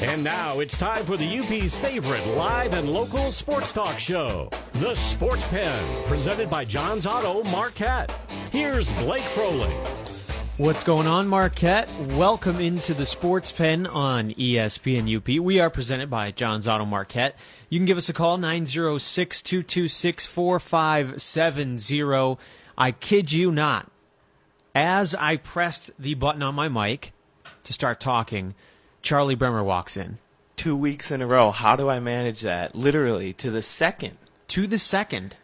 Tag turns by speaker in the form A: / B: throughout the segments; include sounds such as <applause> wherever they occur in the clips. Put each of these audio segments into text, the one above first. A: And now it's time for the UP's favorite live and local sports talk show, The Sports Pen, presented by John's Auto Marquette. Here's Blake Froling.
B: What's going on, Marquette? Welcome into the Sports Pen on E ESPN UP. We are presented by Johns Auto Marquette. You can give us a call, 906 226 4570. I kid you not. As I pressed the button on my mic to start talking, Charlie Bremer walks in.
C: Two weeks in a row. How do I manage that? Literally to the second.
B: To the second,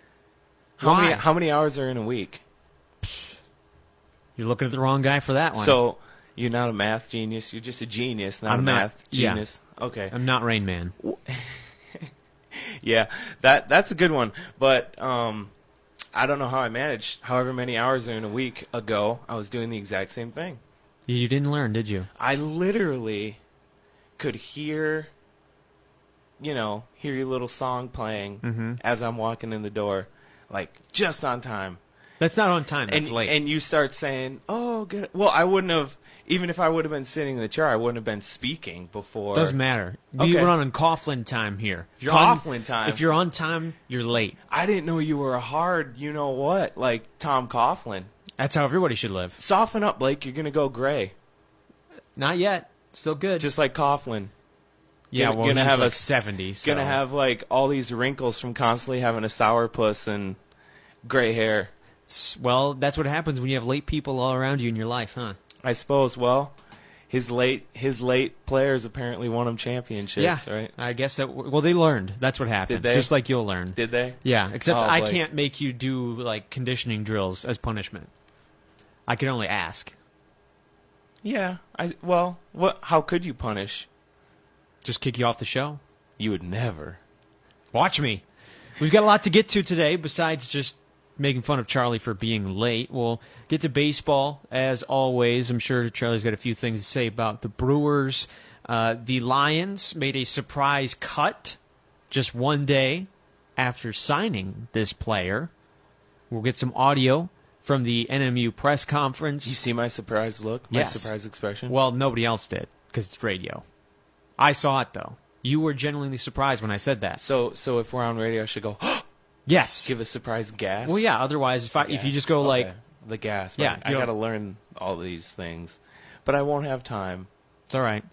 C: How many
B: Why?
C: how many hours are in a week?
B: you're looking at the wrong guy for that one.
C: So you're not a math genius. You're just a genius, not
B: I'm
C: a
B: not-
C: math
B: yeah.
C: genius. Okay.
B: I'm not Rain Man.
C: Yeah, that that's a good one. But um, I don't know how I managed. However many hours in a week ago, I was doing the exact same thing.
B: You didn't learn, did you?
C: I literally could hear, you know, hear your little song playing
B: Mm-hmm.
C: as I'm walking in the door, like just on time.
B: That's not on time. That's
C: and
B: late.
C: and you start saying, "Oh, good." Well, I wouldn't have. Even if I would have been sitting in the chair, I wouldn't have been speaking before.
B: Doesn't matter. We
C: Okay.
B: run on Coughlin time here. If
C: you're
B: Con-
C: Coughlin time.
B: If you're on time, you're late.
C: I didn't know you were a hard, you know what, like Tom Coughlin.
B: That's how everybody should live.
C: Soften up, Blake. You're gonna go gray,
B: Not yet. Still good.
C: just like Coughlin.
B: yeah,
C: gonna-
B: well,
C: gonna
B: he's
C: have
B: like
C: a-
B: 70.
C: He's
B: So.
C: gonna have like all these wrinkles from constantly having a sourpuss and gray hair.
B: Well, that's what happens when you have late people all around you in your life, huh?
C: I suppose. Well, his late his late players apparently won him championships,
B: yeah.
C: right?
B: I guess that. Well, they learned. That's what happened.
C: Did they?
B: Just like you'll learn.
C: Did they?
B: yeah, except
C: Oh,
B: I
C: Blake.
B: can't make you do like conditioning drills as punishment. I can only ask.
C: Yeah. I well, what? How could you punish?
B: Just kick you off the show.
C: You would never.
B: Watch me. We've got a lot to get to today besides just making fun of Charlie for being late. We'll get to baseball as always. I'm sure Charlie's got a few things to say about the Brewers. Uh, the Lions made a surprise cut just one day after signing this player. We'll get some audio from the NMU press
C: You
B: conference.
C: see my surprised look, my
B: Yes.
C: surprised expression.
B: Well, nobody else did because it's radio. I saw it though. You were genuinely surprised when I said that.
C: so so if we're on radio, I should go <gasps>
B: Yes.
C: give a surprise gasp.
B: Well, yeah. Otherwise, if I, if you just go like,
C: Okay. the gasp.
B: Yeah,
C: Yeah, I,
B: you know-
C: got to learn all these things, but I won't have time.
B: it's all right.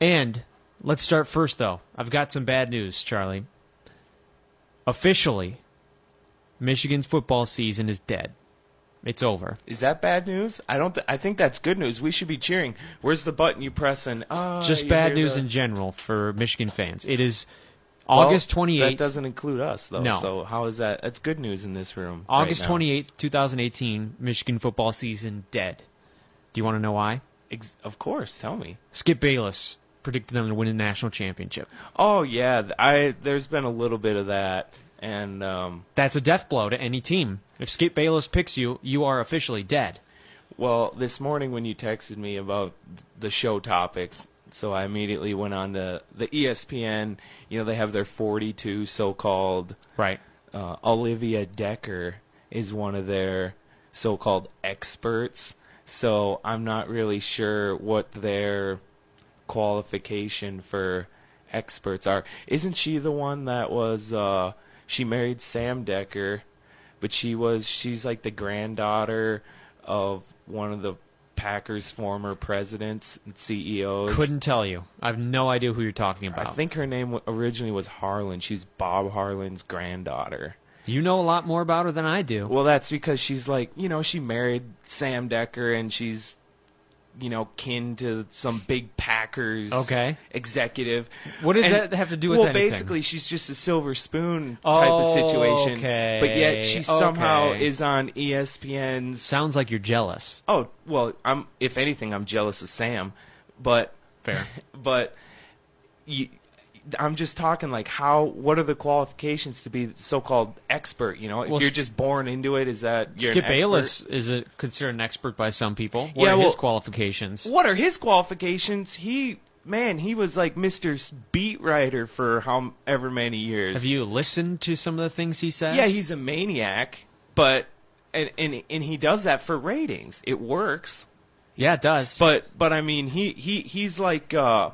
B: And let's start first, though. I've got some bad news, Charlie. Officially, Michigan's football season is dead. It's over.
C: Is that bad news? I don't. Th- I think that's good news. We should be cheering. Where's the button you press? And uh,
B: Just
C: you
B: bad
C: hear
B: news
C: the-
B: in general for Michigan fans. It is
C: Well,
B: August twenty
C: That
B: eighth.
C: doesn't include us though.
B: No.
C: So how is that? That's good news in this room. right
B: August
C: now.
B: twenty eighth, two thousand eighteen. Michigan football season dead. Do you want to know why?
C: Ex- of course. Tell me.
B: Skip Bayless predicted them to win the national championship.
C: Oh yeah. th- I there's been a little bit of that, and um,
B: That's a death blow to any team. If Skip Bayless picks you, you are officially dead.
C: Well, this morning when you texted me about the show topics, so I immediately went on to the E ESPN. You know, they have their 42 so called.
B: Right.
C: Uh, Olivia Decker is one of their so called experts. So I'm not really sure what their qualification for experts are. Isn't she the one that was, uh, she married Sam Decker? but she was she's like the granddaughter of one of the Packers former presidents and CEOs.
B: Couldn't tell you. I've no idea who you're talking
C: I
B: about.
C: think her name wa- originally was Harlan. She's Bob Harlan's granddaughter.
B: you know a lot more about her than I do.
C: Well, that's because she's like, you know, she married Sam Decker and she's you know, kin to some big Packers
B: Okay.
C: executive.
B: What does that have to do with
C: Well,
B: anything?
C: basically, she's just a silver spoon type of
B: Oh,
C: situation. But yet,
B: okay,
C: she somehow
B: okay.
C: is on E ESPN's
B: Sounds like you're jealous.
C: Oh well, I'm. If anything, I'm jealous of Sam, but
B: Fair.
C: <laughs> but you, I'm just talking like how. What are the qualifications to be so-called expert? You know, if
B: Well,
C: you're
B: Sk-
C: just born into it, is that you're an
B: Skip
C: expert?
B: Bayless is a, considered an expert by some people. What
C: Yeah,
B: are his
C: well-
B: qualifications?
C: What are his qualifications? He man, he was like Mr. S- Beat writer for however many years.
B: Have you listened to some of the things he says?
C: Yeah, he's a maniac, but and and and he does that for ratings. It works.
B: yeah, it does.
C: But but I mean he he he's like uh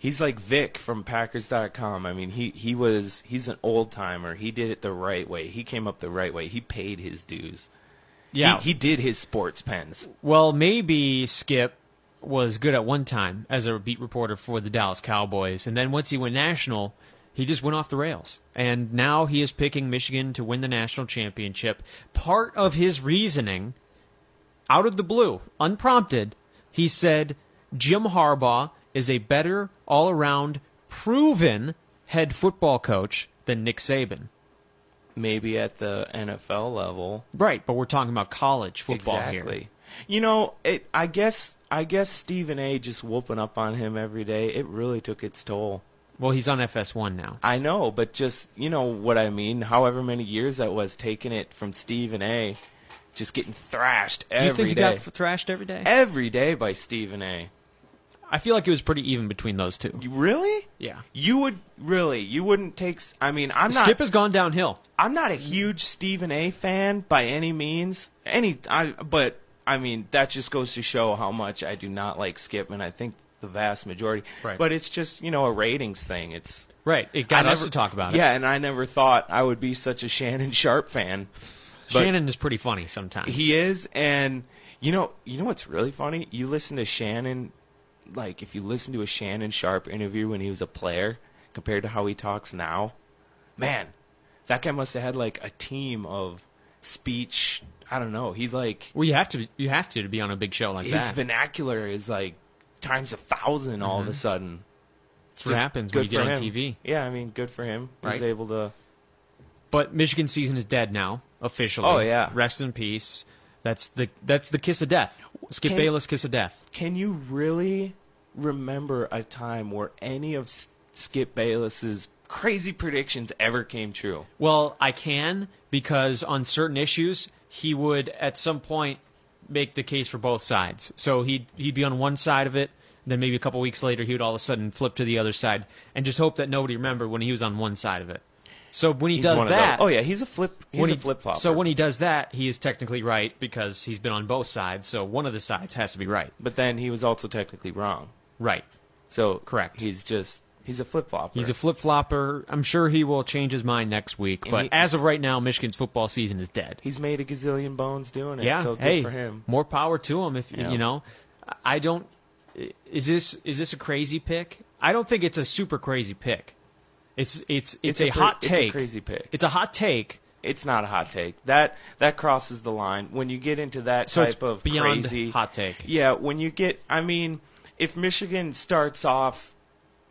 C: he's like Vic from Packers.com. I mean, he he was he's an old timer. He did it the right way. He came up the right way. He paid his dues.
B: Yeah.
C: he, he did his sports pens.
B: Well, maybe Skip was good at one time as a beat reporter for the Dallas Cowboys, and then once he went national, he just went off the rails. And now he is picking Michigan to win the national championship. Part of his reasoning, out of the blue, unprompted, he said Jim Harbaugh is a better, all around, proven head football coach than Nick Saban.
C: Maybe at the NFL level,
B: Right, but we're talking about college football
C: exactly.
B: here.
C: You know, it, I guess I guess Stephen A. just whooping up on him every day. It really took its toll.
B: Well, he's on FS1 now.
C: I know, but just you know what I mean. However many years that was, taking it from Stephen A. Just getting thrashed
B: Do you
C: every
B: think he
C: day.
B: got f- thrashed every day?
C: every day by Stephen A.
B: I feel like it was pretty even between those two.
C: You really?
B: Yeah.
C: You would really? You wouldn't take? s- I mean, I'm not.
B: Skip has gone downhill.
C: I'm not a huge Stephen A. fan by any means. Any, I, but I mean that just goes to show how much I do not like Skip, and I think the vast majority.
B: Right.
C: But it's just you know a ratings thing. It's
B: Right. It got
C: I
B: us
C: never-
B: to talk about it.
C: Yeah, and I never thought I would be such a Shannon Sharp fan. but-
B: Shannon is pretty funny sometimes.
C: He is, and you know, you know what's really funny? You listen to Shannon, like if you listen to a Shannon Sharp interview when he was a player compared to how he talks now, man, that guy must have had like a team of speech. I don't know. He's like
B: Well, you have to. You have to to be on a big show like
C: his
B: that.
C: vernacular is like times a 1000 all of a sudden.
B: That's Mm-hmm. what happens when you get on TV.
C: Yeah, I mean, good for him. He was
B: Right.
C: able to.
B: But Michigan season is dead now officially.
C: Oh, yeah.
B: Rest in peace. That's the that's the kiss of death. Skip
C: Can-
B: Bayless kiss of death.
C: Can you really remember a time where any of S- Skip Bayless's crazy predictions ever came true?
B: Well, I can because on certain issues he would at some point make the case for both sides. So he'd he'd be on one side of it, then maybe a couple weeks later he would all of a sudden flip to the other side and just hope that nobody remembered when he was on one side of it. So when he
C: He's
B: does
C: one of
B: that,
C: those- Oh yeah, he's a flip. He's
B: when
C: a
B: he-
C: flip flop.
B: So when he does that, he is technically right because he's been on both sides. So one of the sides has to be right.
C: but then he was also technically wrong.
B: Right.
C: So
B: Correct.
C: He's just he's a flip flop.
B: He's a flip flopper. I'm sure he will change his mind next week.
C: And
B: But
C: he-
B: as of right now, Michigan's football season is dead.
C: he's made a gazillion bones doing it.
B: yeah,
C: So good
B: hey,
C: for him.
B: more power to him. If
C: Yeah.
B: you know, I don't. Is this is this a crazy pick? I don't think it's a super crazy pick. It's it's it's,
C: a
B: a,
C: cra-
B: hot
C: it's a
B: take.
C: crazy pick.
B: It's a hot take.
C: It's not a hot take. That that crosses the line when you get into that
B: So
C: type
B: it's
C: of
B: beyond
C: crazy
B: hot take.
C: Yeah, when you get, I mean, if Michigan starts off,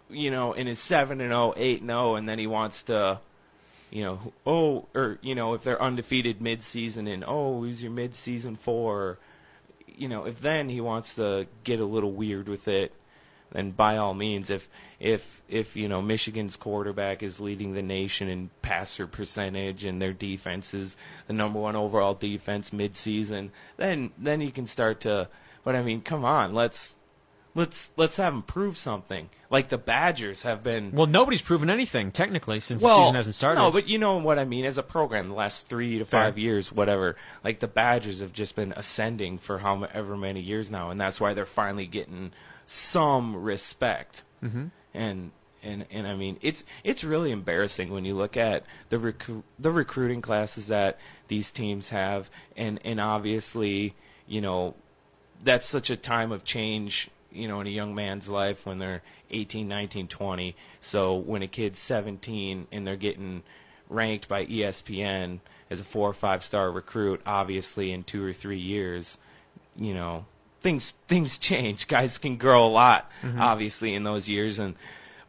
C: you know, in his seven and 0, 8 and zero, and then he wants to, you know, oh, or you know, if they're undefeated midseason and oh, who's your midseason for? You know, if then he wants to get a little weird with it, then by all means, if if if you know Michigan's quarterback is leading the nation in passer percentage and their defense is the number one overall defense midseason, then then you can start to. But I mean, come on, let's let's let's have them prove something. Like the Badgers have been
B: Well, nobody's proven anything technically since the season hasn't started.
C: no, but you know what I mean. As a program, the last three to
B: Fair.
C: five years, whatever, like the Badgers have just been ascending for however many years now, and that's why they're finally getting some respect. Mm-hmm. And and and I mean, it's it's really embarrassing when you look at the recru- the recruiting classes that these teams have, and and obviously, you know, that's such a time of change you know in a young man's life when they're 18 19 20 so when a kid's 17 and they're getting ranked by E espn as a four or five star recruit obviously in two or three years you know things things change <laughs> guys can grow a lot obviously in those years and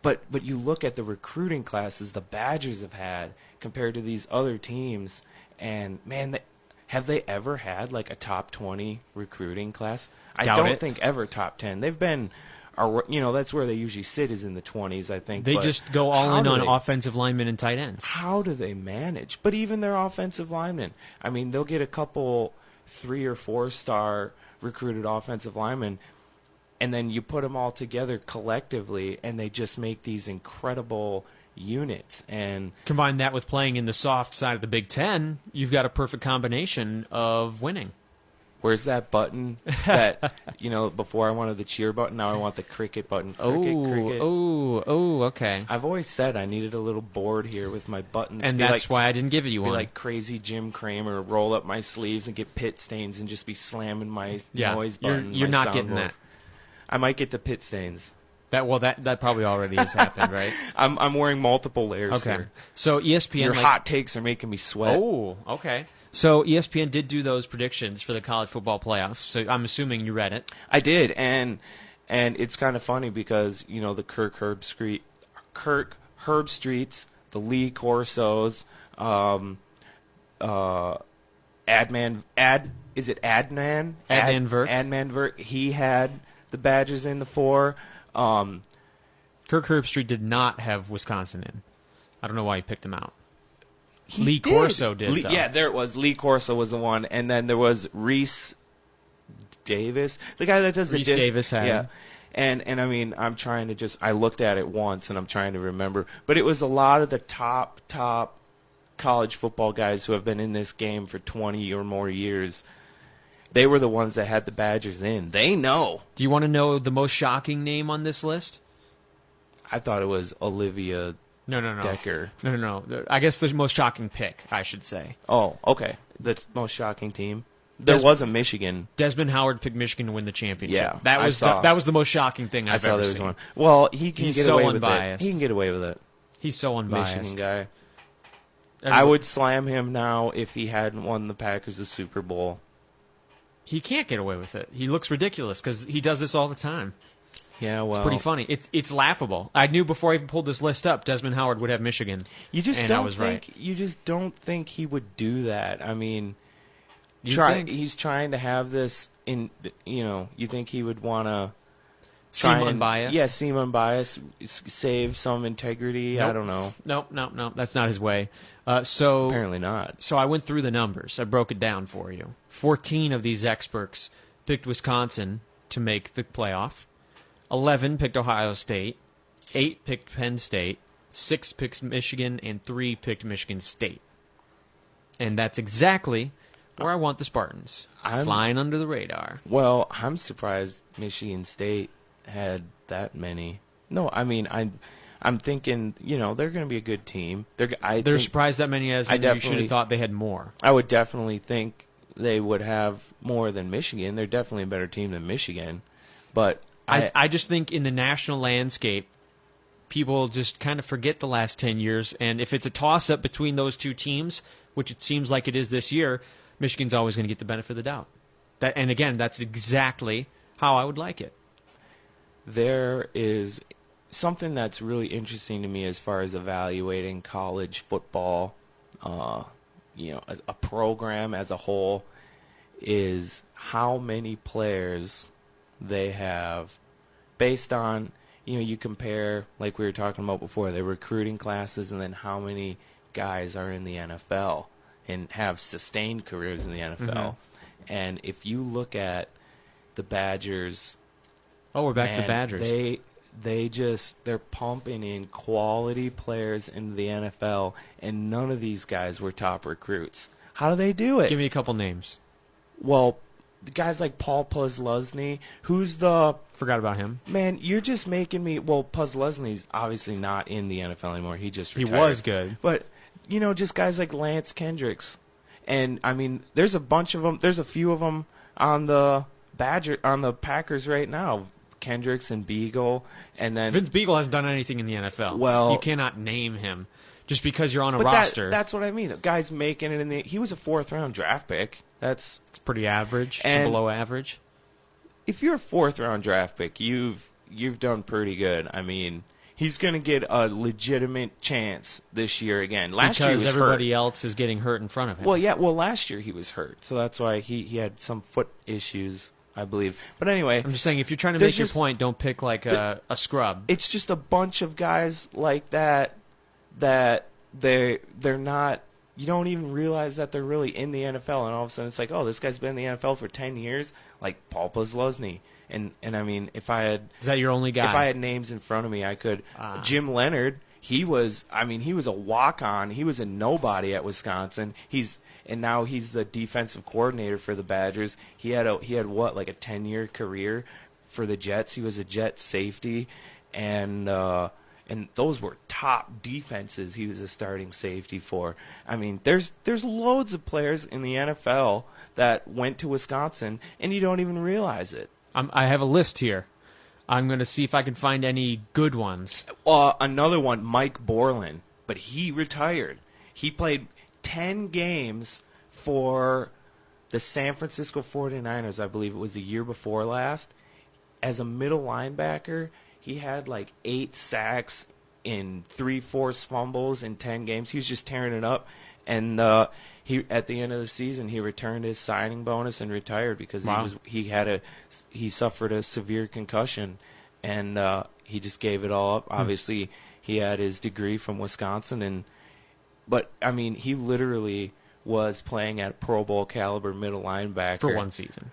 C: but but you look at the recruiting classes the badgers have had compared to these other teams and man they, have they ever had like a top 20 recruiting class? I
B: Doubt
C: don't
B: it.
C: think ever top 10. They've been ar- you know, that's where they usually sit is in the 20s, I think.
B: they
C: but
B: just go all
C: how
B: in
C: do
B: on
C: they-
B: offensive linemen and tight ends.
C: How do they manage? But even their offensive linemen. I mean, they'll get a couple 3 or 4 star recruited offensive linemen and then you put them all together collectively and they just make these incredible units and
B: Combine that with playing in the soft side of the Big Ten, you've got a perfect combination of winning.
C: Where's that button
B: <laughs>
C: that you know? Before I wanted the cheer button, now I want the cricket button. Cricket,
B: oh,
C: cricket.
B: oh, oh, okay.
C: I've always said I needed a little board here with my buttons.
B: and
C: Be
B: that's
C: like,
B: why I didn't give you
C: be
B: one.
C: like crazy Jim Cramer, roll up my sleeves and get pit stains and just be slamming my
B: yeah,
C: noise
B: you're,
C: button.
B: you're
C: my
B: not getting
C: soundboard.
B: that.
C: I might get the pit stains.
B: That well, that that probably already has happened,
C: <laughs>
B: right?
C: I'm I'm wearing multiple layers
B: Okay.
C: here.
B: So E ESPN,
C: Your
B: like,
C: hot takes are making me sweat.
B: oh, okay. So E ESPN did do those predictions for the college football playoffs. So I'm assuming you read it.
C: I did, and and it's kind of funny because you know the Kirk Herb Street, Kirk Herb Streets, the Lee Corsos, um, uh, Adman Ad is it Adnan
B: Adnan Virk.
C: Adman Virk. He had the badges in the four. Um,
B: Kirk Herbstreit did not have Wisconsin in. I don't know why he picked him out. Lee
C: did.
B: Corso did.
C: Lee-
B: though.
C: yeah, there it was. Lee Corso was the one, and then there was Reese Davis, the guy that does
B: Reese
C: the disc.
B: Davis had
C: yeah.
B: him.
C: And and I mean, I'm trying to just I looked at it once, and I'm trying to remember, but it was a lot of the top top college football guys who have been in this game for 20 or more years. They were the ones that had the Badgers in. They know.
B: Do you want to know the most shocking name on this list?
C: I thought it was Olivia.
B: No, no, no.
C: Decker.
B: No, no, no. I guess the most shocking pick, I should say.
C: Oh, okay. That's the most shocking team. There
B: Des-
C: was a Michigan
B: Desmond Howard picked Michigan to win the championship.
C: Yeah,
B: that
C: I
B: was
C: saw.
B: The, that was the most shocking thing I've
C: I saw
B: ever
C: there was
B: seen.
C: one. Well, he can
B: He's
C: get
B: so
C: away
B: unbiased.
C: with it. He can get away with it.
B: He's so
C: Michigan
B: unbiased.
C: guy.
B: Everybody-
C: I would slam him now if he hadn't won the Packers the Super Bowl.
B: He can't get away with it. He looks ridiculous because he does this all the time.
C: Yeah, well,
B: Pretty funny. It, it's laughable. I knew before I even pulled this list up, Desmond Howard would have Michigan.
C: You just
B: and
C: don't
B: I was
C: think
B: right.
C: you just don't think he would do that. I mean,
B: You
C: try
B: think?
C: he's trying to have this in. You know, you think he would want to
B: Seem
C: and,
B: unbiased?
C: Yeah, seem unbiased, s- save some integrity. I
B: Nope.
C: don't know.
B: Nope, nope, nope. That's not his way. Uh, so
C: Apparently not.
B: so I went through the numbers. I broke it down for you. 14 of these experts picked Wisconsin to make the playoff. 11 picked Ohio State. 8 picked Penn State. 6 picked Michigan. And 3 picked Michigan State. And that's exactly where I want the Spartans.
C: I'm-
B: flying under the radar.
C: Well, I'm surprised Michigan State had that many. No, I mean I, I'm thinking you know they're going to be a good team. They're g- I
B: They're
C: think,
B: surprised that many as
C: I
B: when you should
C: definitely-
B: have thought they had more.
C: I would definitely think they would have more than Michigan. They're definitely a better team than Michigan, but I,
B: I, I just think in the national landscape, people just kind of forget the last 10 years. And if it's a toss up between those two teams, which it seems like it is this year, Michigan's always going to get the benefit of the doubt. That, and again, that's exactly how I would like it.
C: there is something that's really interesting to me as far as evaluating college football, uh, you know, as a program as a whole, is how many players they have based on, you know, you compare, like we were talking about before, their recruiting classes and then how many guys are in the NFL and have sustained careers in the NFL. And if you look at the Badgers,
B: Oh, we're back to the
C: Man,
B: Badgers.
C: They they just they're pumping in quality players into the NFL, and none of these guys were top recruits. How do they do it?
B: Give me a couple names.
C: well, the guys like Paul Puzlesny, who's the
B: Forgot about him.
C: man? You're just making me. Well, Puzlesny's obviously not in the NFL anymore. He just
B: He
C: retired.
B: was good.
C: but you know, just guys like Lance Kendricks, and I mean, there's a bunch of them. There's a few of them on the Badger on the Packers right now. Kendricks and Beagle, and then
B: Vince Beagle hasn't done anything in the NFL.
C: Well-
B: you cannot name him just because you're on a
C: But that-
B: roster.
C: that's what I mean. The guy's making it in the. He was a fourth round draft pick. That's
B: that's pretty average to
C: And-
B: below average.
C: if you're a fourth round draft pick, you've you've done pretty good. I mean, he's going to get a legitimate chance this year again. Last year he
B: Because
C: was
B: everybody
C: hurt.
B: else is getting hurt in front of him.
C: Well, yeah. Well, last year he was hurt, so that's why he he had some foot issues, I believe. But anyway,
B: I'm just saying, if you're trying to
C: There's
B: make your
C: just-
B: point, don't pick like a, a scrub.
C: it's just a bunch of guys like that that they they're not you don't even realize that they're really in the NFL and all of a sudden it's like, oh, this guy's been in the NFL for ten years, like Paul Puzlesny. And and I mean if I had
B: Is that your only guy?
C: if I had names in front of me I could Jim Leonard, he was I mean he was a walk on he was a nobody at Wisconsin he's and now he's the defensive coordinator for the Badgers he had a he had what like a 10 year career for the Jets he was a Jet safety and uh and those were top defenses he was a starting safety for I mean there's there's loads of players in the NFL that went to Wisconsin and you don't even realize it
B: I'm, I have a list here. I'm going to see if I can find any good ones.
C: uh, another one, Mike Borland, but he retired. He played 10 games for the San Francisco 49ers, I believe it was the year before last. As a middle linebacker, he had like eight sacks in three forced fumbles in 10 games. He was just tearing it up. And uh, he at the end of the season, he returned his signing bonus and retired because he
B: Wow.
C: was he had a he suffered a severe concussion and uh, he just gave it all up
B: Hmm.
C: obviously he had his degree from wisconsin and but i mean he literally was playing at pro bowl caliber middle linebacker
B: for one season.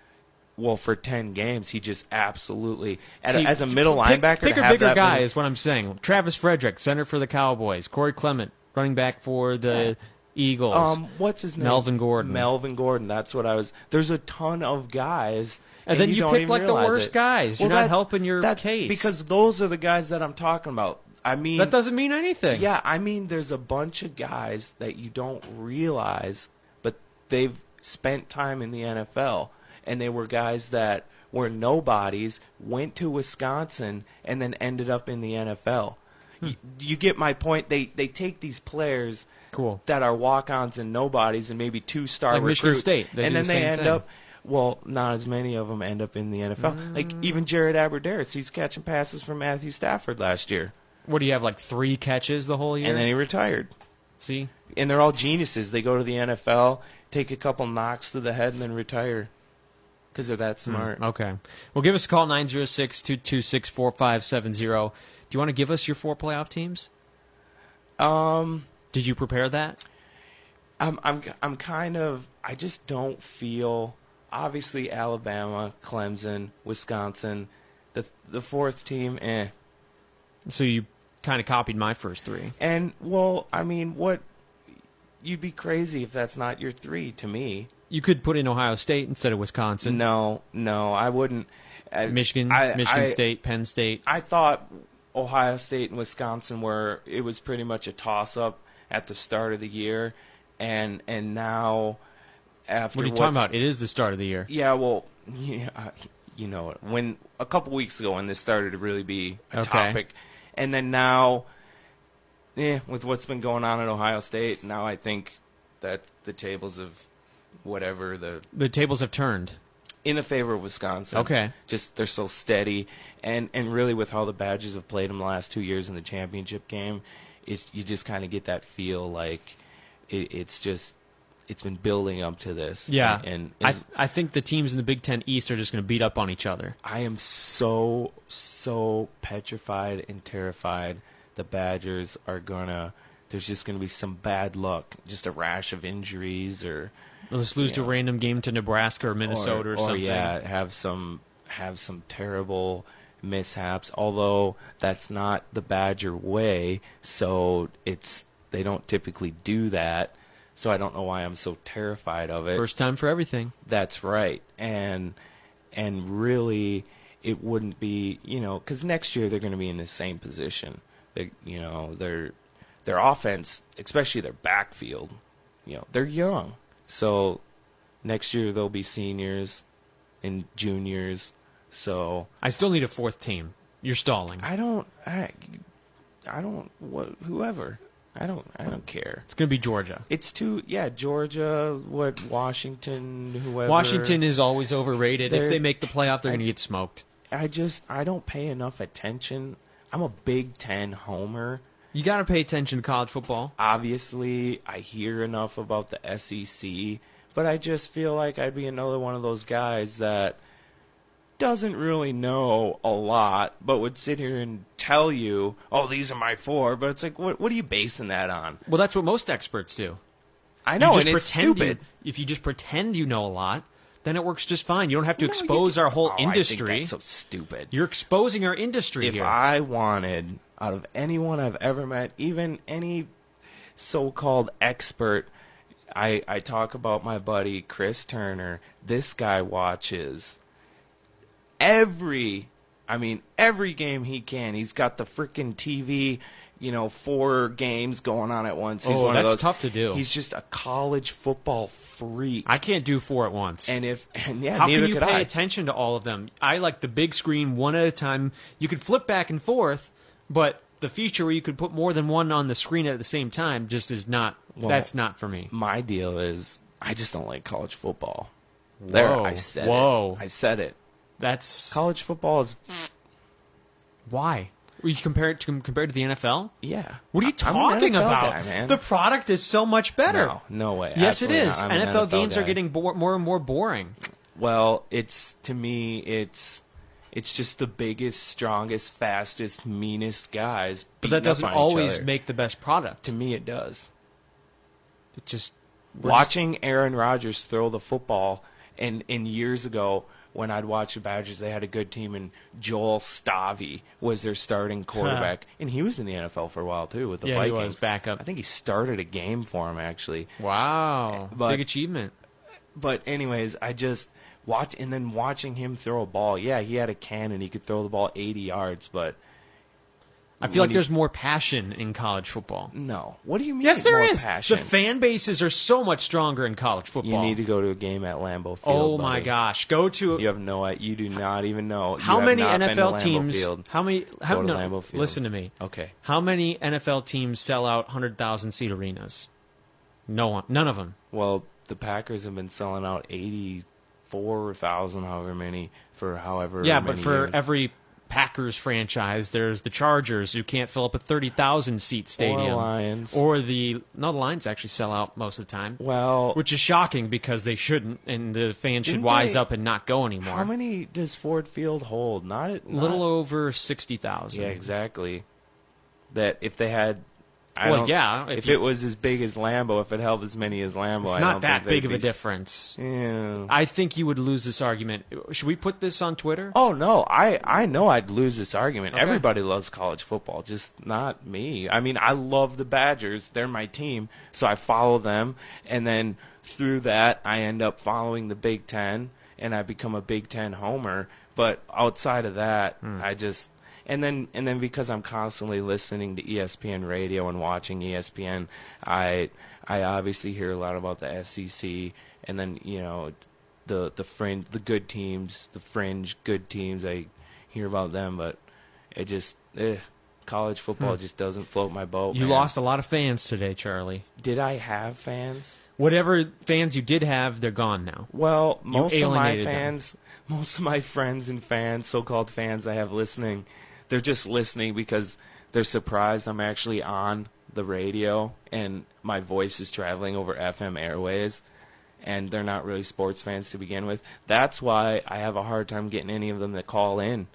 C: well for 10 games he just absolutely at a-
B: See,
C: as a middle
B: pick-
C: linebacker
B: pick
C: to
B: a
C: have
B: bigger
C: that
B: guy
C: many-
B: is what I'm saying. Travis Frederick, center for the Cowboys. Corey Clement, running back for the Eagles.
C: um what's his name
B: Melvin Gordon.
C: melvin gordon that's what i was there's a ton of guys
B: And then you
C: don't
B: pick,
C: even
B: like, the
C: realize
B: worst
C: it.
B: guys. You're not
C: that's-
B: helping your
C: that's
B: case.
C: because those are the guys that i'm talking about i mean
B: that doesn't mean anything.
C: Yeah, I mean, there's a bunch of guys that you don't realize, but they've spent time in the NFL, and they were guys that were nobodies, went to Wisconsin, and then ended up in the NFL.
B: Hmm.
C: You, you get my point. They they take these players
B: Cool.
C: that are walk-ons and nobodies, and maybe two star
B: Like
C: recruits,
B: Michigan State, they
C: and
B: do
C: then
B: the
C: they
B: same
C: end
B: thing.
C: up. Well, not as many of them end up in the NFL. Like
B: Mm.
C: even Jared Aberderis, he's catching passes from Matthew Stafford last year,
B: What do you have, like three catches the whole year?
C: and then he retired
B: See?
C: and they're all geniuses. They go to the NFL, take a couple knocks to the head, and then retire because they're
B: Hmm.
C: that smart.
B: Okay. Well, give us a call, 906 226 4570. Do you want to give us your four playoff teams?
C: Um,
B: Did you prepare that?
C: I'm I'm I'm kind of I just don't feel. Obviously, Alabama, Clemson, Wisconsin, the the fourth team, eh.
B: So you kind of copied my first three.
C: And well, I mean, what? You'd be crazy if that's not your three to me.
B: You could put in Ohio State instead of Wisconsin.
C: No, no, I wouldn't. I-
B: Hmm. Michigan,
C: I-
B: Michigan
C: I-
B: State, Penn State.
C: I thought Ohio State and Wisconsin were it was pretty much a toss up at the start of the year, and and now after
B: What are you
C: what's-
B: talking about? It is the start of the year.
C: Yeah, well, <laughs> yeah, I- you know it. when a couple weeks ago when this started to really be a
B: Okay.
C: topic, and then now, yeah, with what's been going on at Ohio State, now I think that the tables of whatever the
B: The tables have turned.
C: in the favor of Wisconsin.
B: Okay.
C: Just they're so steady, and and really with how the Badgers have played them the last two years in the championship game, it's you just kind of get that feel like it, it's just it's been building up to this.
B: Yeah.
C: and,
B: I,
C: and
B: I think the teams in the Big Ten East are just going to beat up on each other.
C: I am so so petrified and terrified. The Badgers are gonna. There's just gonna be some bad luck, just a rash of injuries or
B: They'll just lose to a random game to Nebraska or Minnesota or, something.
C: yeah, have some have some terrible mishaps. Although that's not the Badger way, so it's they don't typically do that. So I don't know why I'm so terrified of it.
B: First time for everything.
C: That's right, and and really, it wouldn't be you know because next year they're going to be in the same position. They you know their their offense, especially their backfield, you know they're young, so next year they'll be seniors and juniors. So
B: I still need a fourth team. You're stalling.
C: I don't I I don't what whoever I don't I don't care.
B: It's going to be Georgia.
C: It's too yeah Georgia what Washington whoever
B: Washington is always overrated. If
C: They're-
B: they make the playoff, they're
C: I-
B: going to get smoked.
C: I just I don't pay enough attention. I'm a Big Ten homer.
B: You got to pay attention to college football.
C: Obviously, I hear enough about the SEC, but I just feel like I'd be another one of those guys that doesn't really know a lot, but would sit here and tell you, "Oh, these are my four. But it's like, what? What are you basing that on?
B: Well, that's what most experts do.
C: I
B: You
C: know,
B: just
C: and it's
B: pretend
C: stupid.
B: You, if you just pretend you know a lot, then it works just fine. You don't have to
C: No, you
B: expose
C: do-
B: our whole
C: Oh, I think
B: industry.
C: that's so stupid.
B: You're exposing our industry
C: if
B: here.
C: I wanted out of anyone I've ever met, even any so-called expert. I I talk about my buddy Chris Turner. This guy watches every I mean every game he can. He's got the freaking TV, you know, four games going on at once. He's
B: Oh,
C: one of
B: that's
C: those-
B: tough to do.
C: He's just a college football freak.
B: I can't do four at once.
C: and if and yeah,
B: How
C: neither
B: can you
C: could
B: pay
C: I.
B: attention to all of them? I like the big screen one at a time. You could flip back and forth, but the feature where you could put more than one on the screen at the same time just is not. that's not for me.
C: my deal is I just don't like college football. There,
B: Whoa.
C: I said
B: Whoa.
C: it. I said it.
B: That's
C: College football is
B: why. You compare it to compare it to the NFL.
C: yeah.
B: What are you
C: I- I'm an
B: talking
C: NFL
B: about?
C: guy, man.
B: The product is so much better.
C: no, no way.
B: Yes, it
C: Absolutely
B: is.
C: not. I'm an
B: NFL, games
C: guy.
B: are getting bo- more and more boring.
C: well. It's to me, it's it's just the biggest, strongest, fastest, meanest guys.
B: But
C: beating
B: that
C: up
B: doesn't
C: on each
B: always
C: other.
B: make the best product.
C: to me it does.
B: It just we're just-
C: watching Aaron Rodgers throw the football and in years ago when I'd watch the Badgers, they had a good team and Joel Stavi was their starting quarterback. And he was in the NFL for a while too with the
B: Yeah, he
C: Vikings.
B: was, backup.
C: I think he started a game for him actually.
B: wow,
C: But-
B: big achievement.
C: But anyways, I just watch and then watching him throw a ball. Yeah, he had a cannon. He could throw the ball 80 yards, but
B: I feel like
C: When he-
B: there's more passion in college football.
C: no. What do you mean?
B: Yes, there
C: more
B: is.
C: Passion?
B: The fan bases are so much stronger in college
C: you
B: football.
C: need to go to a game at Lambeau Field.
B: oh my
C: buddy.
B: gosh, go to
C: You have no. You do not even know. You
B: how
C: have
B: many
C: not been to
B: NFL
C: Lambeau
B: teams?
C: Field.
B: How many? How,
C: Go to
B: no,
C: Lambeau Field.
B: Listen to me.
C: Okay.
B: How many NFL teams sell out hundred thousand seat arenas? No one, none of them.
C: Well, the Packers have been selling out eighty-four thousand, however many, for however.
B: Yeah,
C: many
B: but for
C: years.
B: every Packers franchise, there's the Chargers who can't fill up a thirty thousand seat stadium,
C: Lions.
B: or the no, the Lions actually sell out most of the time.
C: Well,
B: which is shocking because they shouldn't, and the fans should
C: Didn't
B: wise
C: they-
B: up and not go anymore.
C: how many does Ford Field hold? Not a
B: A little over sixty thousand.
C: Yeah, exactly. That if they had. I
B: Well,
C: don't-
B: yeah, if
C: If,
B: you-
C: it was as big as Lambo, if it held as many as Lambo,
B: It's
C: I
B: not
C: don't
B: that
C: think they'd
B: big of
C: be
B: a
C: s-
B: difference.
C: Yeah.
B: I think you would lose this argument. Should we put this on Twitter?
C: Oh no, I I know I'd lose this argument.
B: Okay.
C: Everybody loves college football, just not me. I mean, I love the Badgers. They're my team, so I follow them, and then through that, I end up following the Big 10 and I become a Big 10 homer, but outside of that, I just and then and then because I'm constantly listening to E ESPN radio and watching E ESPN, I I obviously hear a lot about the SEC and then, you know, the the fringe the good teams the fringe good teams i hear about them but it just eh, college football just doesn't float my boat
B: Hmm. you
C: man.
B: lost a lot of fans today, Charlie.
C: did i have fans
B: Whatever fans you did have, they're gone now.
C: well most of my
B: alienated them.
C: fans <laughs> most of my friends and fans so-called fans i have listening they're just listening because they're surprised i'm actually on the radio and my voice is traveling over fm airways and they're not really sports fans to begin with that's why i have a hard time getting any of them to call in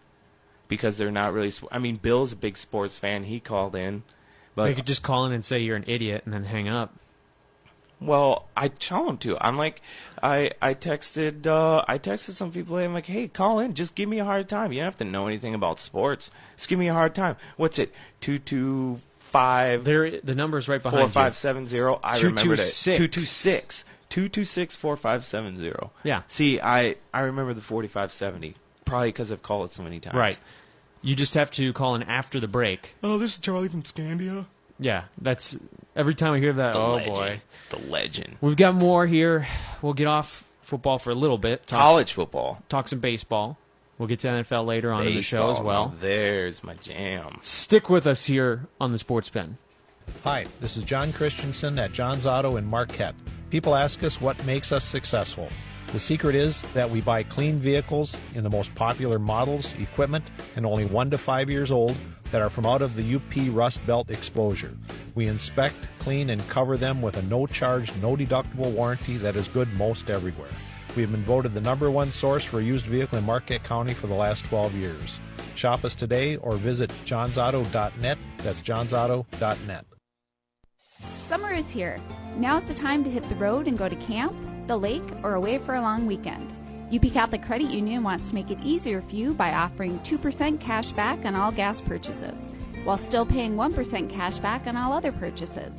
C: because they're not really. sp- I mean, Bill's a big sports fan. He called in,
B: They
C: but
B: could just call in and say you're an idiot and then hang up.
C: well, I tell him to. I'm like, I I texted uh, I texted some people. I'm like, hey, call in. Just give me a hard time. You don't have to know anything about sports. Just give me a hard time. What's it? Two two five
B: There, the number's right behind
C: four
B: you.
C: five seven zero. I
B: Two, two,
C: remembered it.
B: six.
C: Two two six. Two two six four five seven zero.
B: Yeah.
C: See, I I remember the forty five seventy. Probably because I've called it so many times.
B: Right. You just have to call in after the break.
C: Oh, this is Charlie from Scandia.
B: Yeah, that's every time I hear that. oh
C: legend.
B: boy,
C: The legend.
B: we've got more here. We'll get off football for a little bit. Talk-
C: College football.
B: talk some baseball. We'll get to NFL later on in the show as
C: Baseball,
B: well.
C: now There's my jam.
B: Stick with us here on the Sports Pen.
D: Hi, this is John Christensen at John's Auto in Marquette. People ask us what makes us successful. The secret is that we buy clean vehicles in the most popular models, equipment, and only one to five years old that are from out of the UP Rust Belt exposure. We inspect, clean, and cover them with a no charge, no deductible warranty that is good most everywhere. We have been voted the number one source for a used vehicle in Marquette County for the last 12 years. Shop us today or visit johnsauto.net. That's johnsauto.net.
E: Summer is here. Now's the time to hit the road and go to camp, the lake, or away for a long weekend. UP Catholic Credit Union wants to make it easier for you by offering 2% cash back on all gas purchases. while still paying 1% cash back on all other purchases.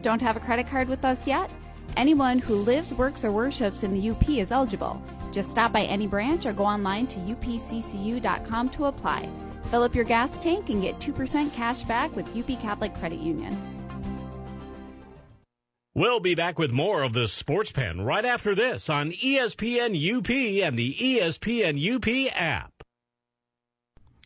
E: Don't have a credit card with us yet? Anyone who lives, works, or worships in the UP is eligible. Just stop by any branch or go online to upccu.com to apply. Fill up your gas tank and get 2% cash back with UP Catholic Credit Union.
A: We'll be back with more of the Sports Pen right after this on E ESPN UP and the E ESPN UP app.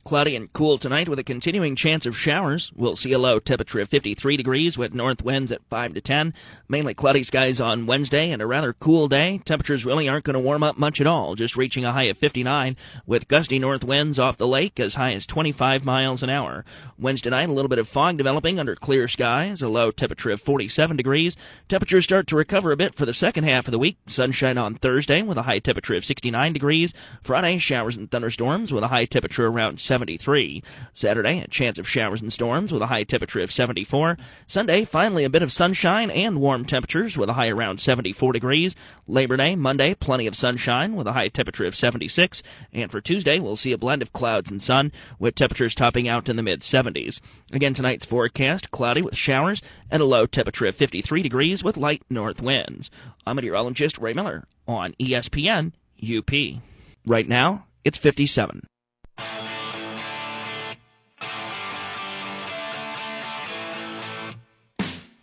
F: Cloudy and cool tonight with a continuing chance of showers. We'll see a low temperature of 53 degrees with north winds at 5 to 10. Mainly cloudy skies on Wednesday and a rather cool day. Temperatures really aren't going to warm up much at all, just reaching a high of 59 with gusty north winds off the lake as high as 25 miles an hour. Wednesday night, a little bit of fog developing under clear skies, a low temperature of 47 degrees. Temperatures start to recover a bit for the second half of the week. Sunshine on Thursday with a high temperature of 69 degrees. Friday, showers and thunderstorms with a high temperature around 73. Saturday, a chance of showers and storms with a high temperature of 74. Sunday, finally a bit of sunshine and warm temperatures with a high around 74 degrees. Labor Day, Monday, plenty of sunshine with a high temperature of 76. And for Tuesday, we'll see a blend of clouds and sun with temperatures topping out in the mid 70s. Again, tonight's forecast cloudy with showers and a low temperature of 53 degrees with light north winds. I'm meteorologist Ray Miller on E ESPN UP. Right now, it's 57.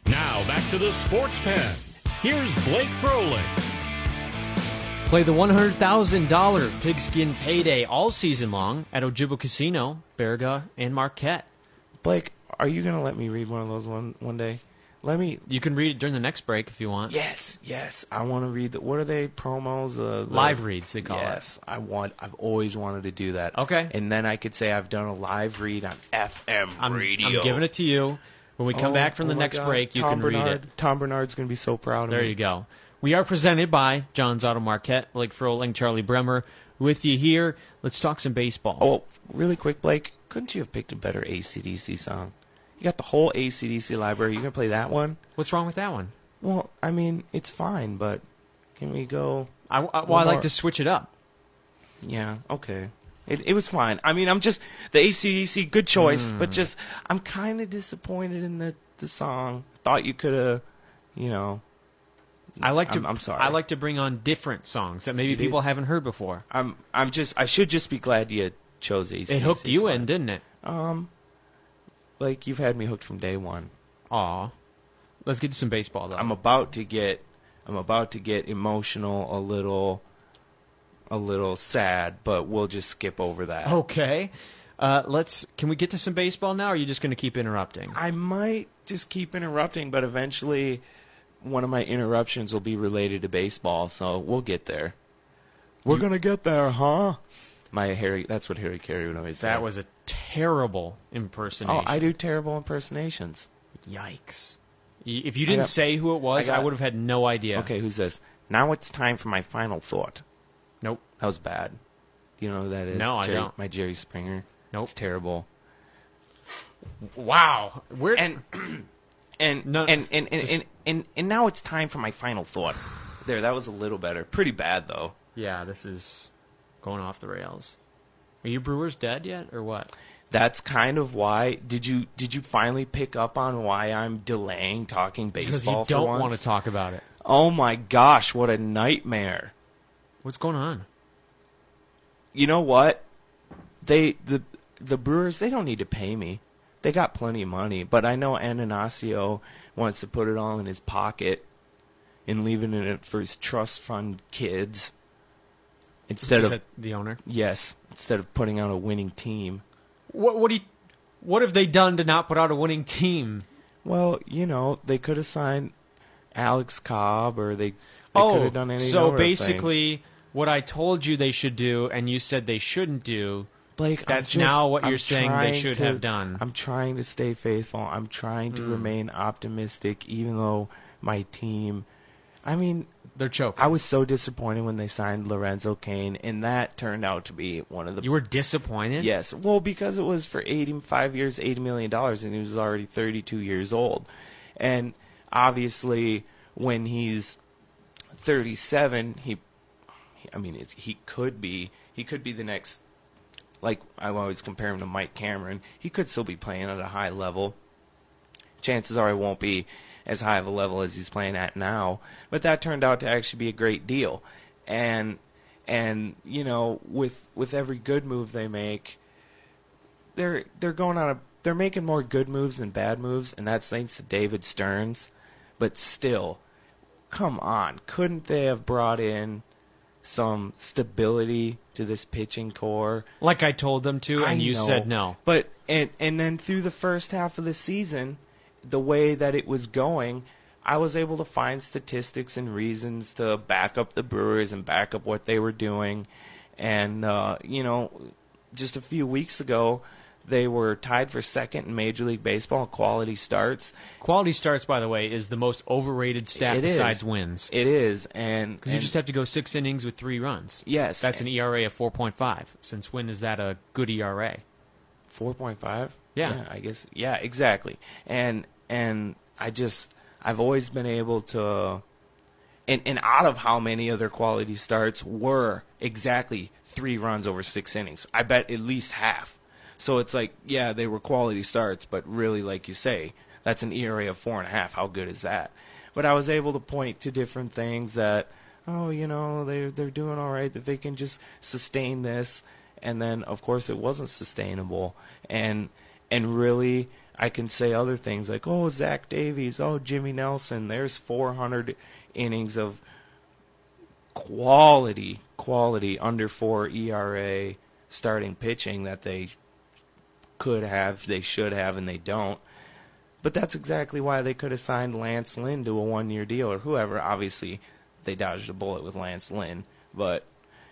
A: Now back to the Sports Pen. Here's Blake Froling.
B: Play the $100,000 pigskin payday all season long at Ojibwa Casino, Berga, and Marquette.
C: Blake, are you gonna let me read one of those one one day? Let me.
B: You can read it during the next break if you want.
C: Yes, yes. I want to read the. What are they promos? Uh, the-
B: Live reads, they call it.
C: yes, I want. I've always wanted to do that.
B: Okay.
C: And then I could say I've done a live read on FM
B: I'm,
C: radio.
B: I'm giving it to you. When we come
C: Oh,
B: back from the
C: oh my
B: next
C: God.
B: break, you
C: Tom
B: can
C: Bernard,
B: read it.
C: Tom Bernard's gonna be so proud of
B: There
C: me.
B: you go. We are presented by John's Auto Marquette, Blake Froling, Charlie Bremer. With you here, let's talk some baseball.
C: Oh, really quick, Blake. Couldn't you have picked a better ACDC song? You got the whole ACDC library. You gonna play that one?
B: What's wrong with that one?
C: Well, I mean, it's fine, but can we go?
B: I, I- well,
C: One
B: I like
C: more.
B: to switch it up.
C: Yeah, okay. It it was fine. I mean, I'm just the ACDC, good choice,
B: Hmm.
C: but just I'm kind of disappointed in the the song. Thought you could have, you know,
B: I like to.
C: I'm- I'm sorry.
B: I like to bring on different songs that maybe people haven't heard before.
C: I'm I'm just I should just be glad you chose ACDC.
B: It hooked you in,
C: and
B: didn't it?
C: Like you've had me hooked from day one.
B: Aw. Let's get to some baseball though.
C: I'm about to get I'm about to get emotional a little a little sad, but we'll just skip over that.
B: Oh, okay. Uh, let's. Can we get to some baseball now? Or are you just going to keep interrupting?
C: I might just keep interrupting, but eventually one of my interruptions will be related to baseball, so we'll get there. We're gonna get there, huh? My Harry that's what Harry Carey would always say.
B: that was a terrible
C: Oh,
B: impersonation.
C: I do terrible impersonations.
B: Yikes! Y- If you didn't
C: got-
B: say who it was,
C: I
B: I,
C: got-
B: would have had no idea.
C: Okay, who's this? Now it's time for my final thought.
B: Nope.
C: That was bad. Do you know who that is?
B: No, I
C: Jerry-
B: don't.
C: My Jerry Springer.
B: Nope.
C: It's terrible.
B: Wow. Where?
C: and <clears throat> and,
B: No,
C: and, and, and,
B: just-
C: and and and now it's time for my final thought. There, that was a little better. Pretty bad though.
B: yeah, this is going off the rails. Are you Brewers dead yet, or what?
C: That's kind of why. Did you did you finally pick up on why I'm delaying talking
B: Because
C: baseball
B: you don't
C: for once?
B: want to talk about it.
C: Oh my gosh, what a nightmare!
B: What's going on?
C: You know what? They the the Brewers they don't need to pay me. They got plenty of money, but I know Ananasio wants to put it all in his pocket and leaving it for his trust fund kids instead
B: Is
C: of
B: that the owner?
C: Yes, instead of putting out a winning team.
B: What? What do you? What have they done to not put out a winning team?
C: Well, you know, they could have signed Alex Cobb or they, they could have done any
B: Oh, so
C: number of things.
B: basically, what I told you they should do, and you said they shouldn't do.
C: Blake, I'm
B: that's
C: just-
B: now what
C: I'm
B: you're saying they
C: trying
B: should
C: to-
B: have done. Hmm.
C: I'm trying to stay faithful. I'm trying to remain optimistic even though my team I mean,
B: They're choking.
C: I was so disappointed when they signed Lorenzo Kane and that turned out to be one of the
B: you were disappointed.
C: Yes. Well, because it was for 85 years, $80 million, and he was already 32 years old. And obviously, when he's 37, he, I mean, it's, he could be, he could be the next like I always compare him to Mike Cameron. He could still be playing at a high level. Chances are he won't be as high of a level as he's playing at now. But that turned out to actually be a great deal. And and you know, with with every good move they make, they're they're going on a they're making more good moves than bad moves, and that's thanks to David Stearns. But still, come on, couldn't they have brought in some stability to this pitching core?
B: Like I told them to, and
C: I
B: you
C: know,
B: said no.
C: But and and then through the first half of the season, the way that it was going, I was able to find statistics and reasons to back up the Brewers and back up what they were doing. And uh, you know, just a few weeks ago, they were tied for second in Major League Baseball in quality starts.
B: Quality starts, by the way, is the most overrated stat
C: It is.
B: besides wins.
C: It is, and
B: Because you
C: and-
B: just have to go six innings with three runs.
C: Yes.
B: That's an ERA of 4.5. Since when is that a good ERA?
C: four point five.
B: Yeah.
C: I guess. Yeah, exactly. And and I just I've always been able to, and and out of how many other quality starts were exactly three runs over six innings. I bet at least half. So it's like yeah, they were quality starts, but really, like you say, that's an ERA of four and a half. How good is that? But I was able to point to different things that. Oh, you know they they're doing all right. That they can just sustain this, and then of course it wasn't sustainable and and really I can say other things like oh Zach Davies oh Jimmy Nelson there's 400 innings of quality quality under 4 ERA starting pitching that they could have they should have and they don't but that's exactly why they could have signed Lance Lynn to a one year deal or whoever. Obviously, they dodged a bullet with Lance Lynn. But,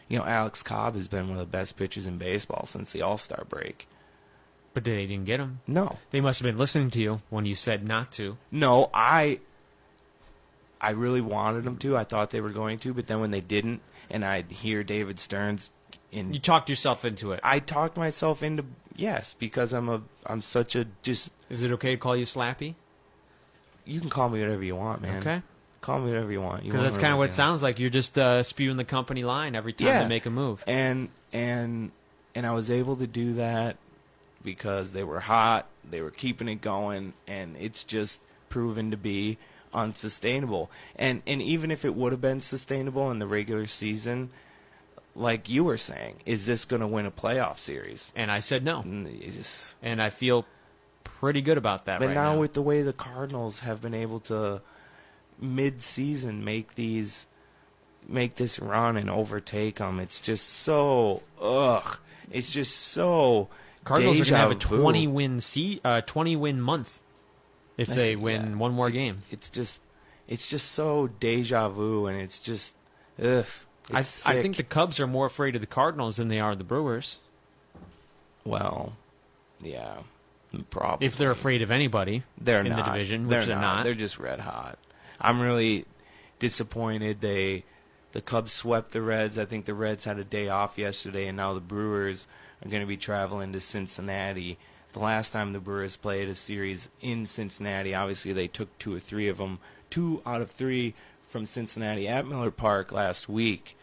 C: you know, Alex Cobb has been one of the best pitchers in baseball since the All Star break.
B: But they didn't get them.
C: No.
B: They must have been listening to you when you said not to.
C: No, I. I really wanted them to. I thought they were going to, but then when they didn't, and I'd hear David Stearns in
B: You talked yourself into it.
C: I talked myself into yes because I'm a I'm such a just
B: Is it okay to call you Slappy?
C: you can call me whatever you want, man.
B: Okay.
C: Call me whatever you want. You
B: Because
C: want
B: that's
C: me
B: kind of
C: whatever
B: what it
C: you want.
B: sounds like. You're just uh, spewing the company line every time they make a move.
C: And and and I was able to do that because they were hot, they were keeping it going, and it's just proven to be unsustainable. And and even if it would have been sustainable in the regular season, like you were saying, is this going to win a playoff series?
B: And I said no.
C: And it just-
B: And I feel pretty good about that
C: But
B: right
C: now,
B: now.
C: with the way the Cardinals have been able to mid-season make these make this run and overtake them, it's just so ugh. It's just so
B: Cardinals are
C: deja
B: going to have a
C: vu.
B: 20 win se- uh, 20 win month if
C: That's-
B: they win
C: yeah.
B: one more
C: It's-
B: game.
C: It's just it's just so deja vu, and it's just ugh.
B: I,
C: It's
B: I think the
C: sick.
B: Cubs are more afraid of the Cardinals than they are of the Brewers.
C: well, yeah, probably
B: If they're afraid of anybody
C: they're
B: in
C: not.
B: the division,
C: they're
B: which they're
C: not.
B: not.
C: They're just red hot. I'm really disappointed. They the Cubs swept the Reds. I think the Reds had a day off yesterday, and now the Brewers are going to be traveling to Cincinnati. The last time the Brewers played a series in Cincinnati, obviously they took two or three of them, two out of three from Cincinnati at Miller Park last week.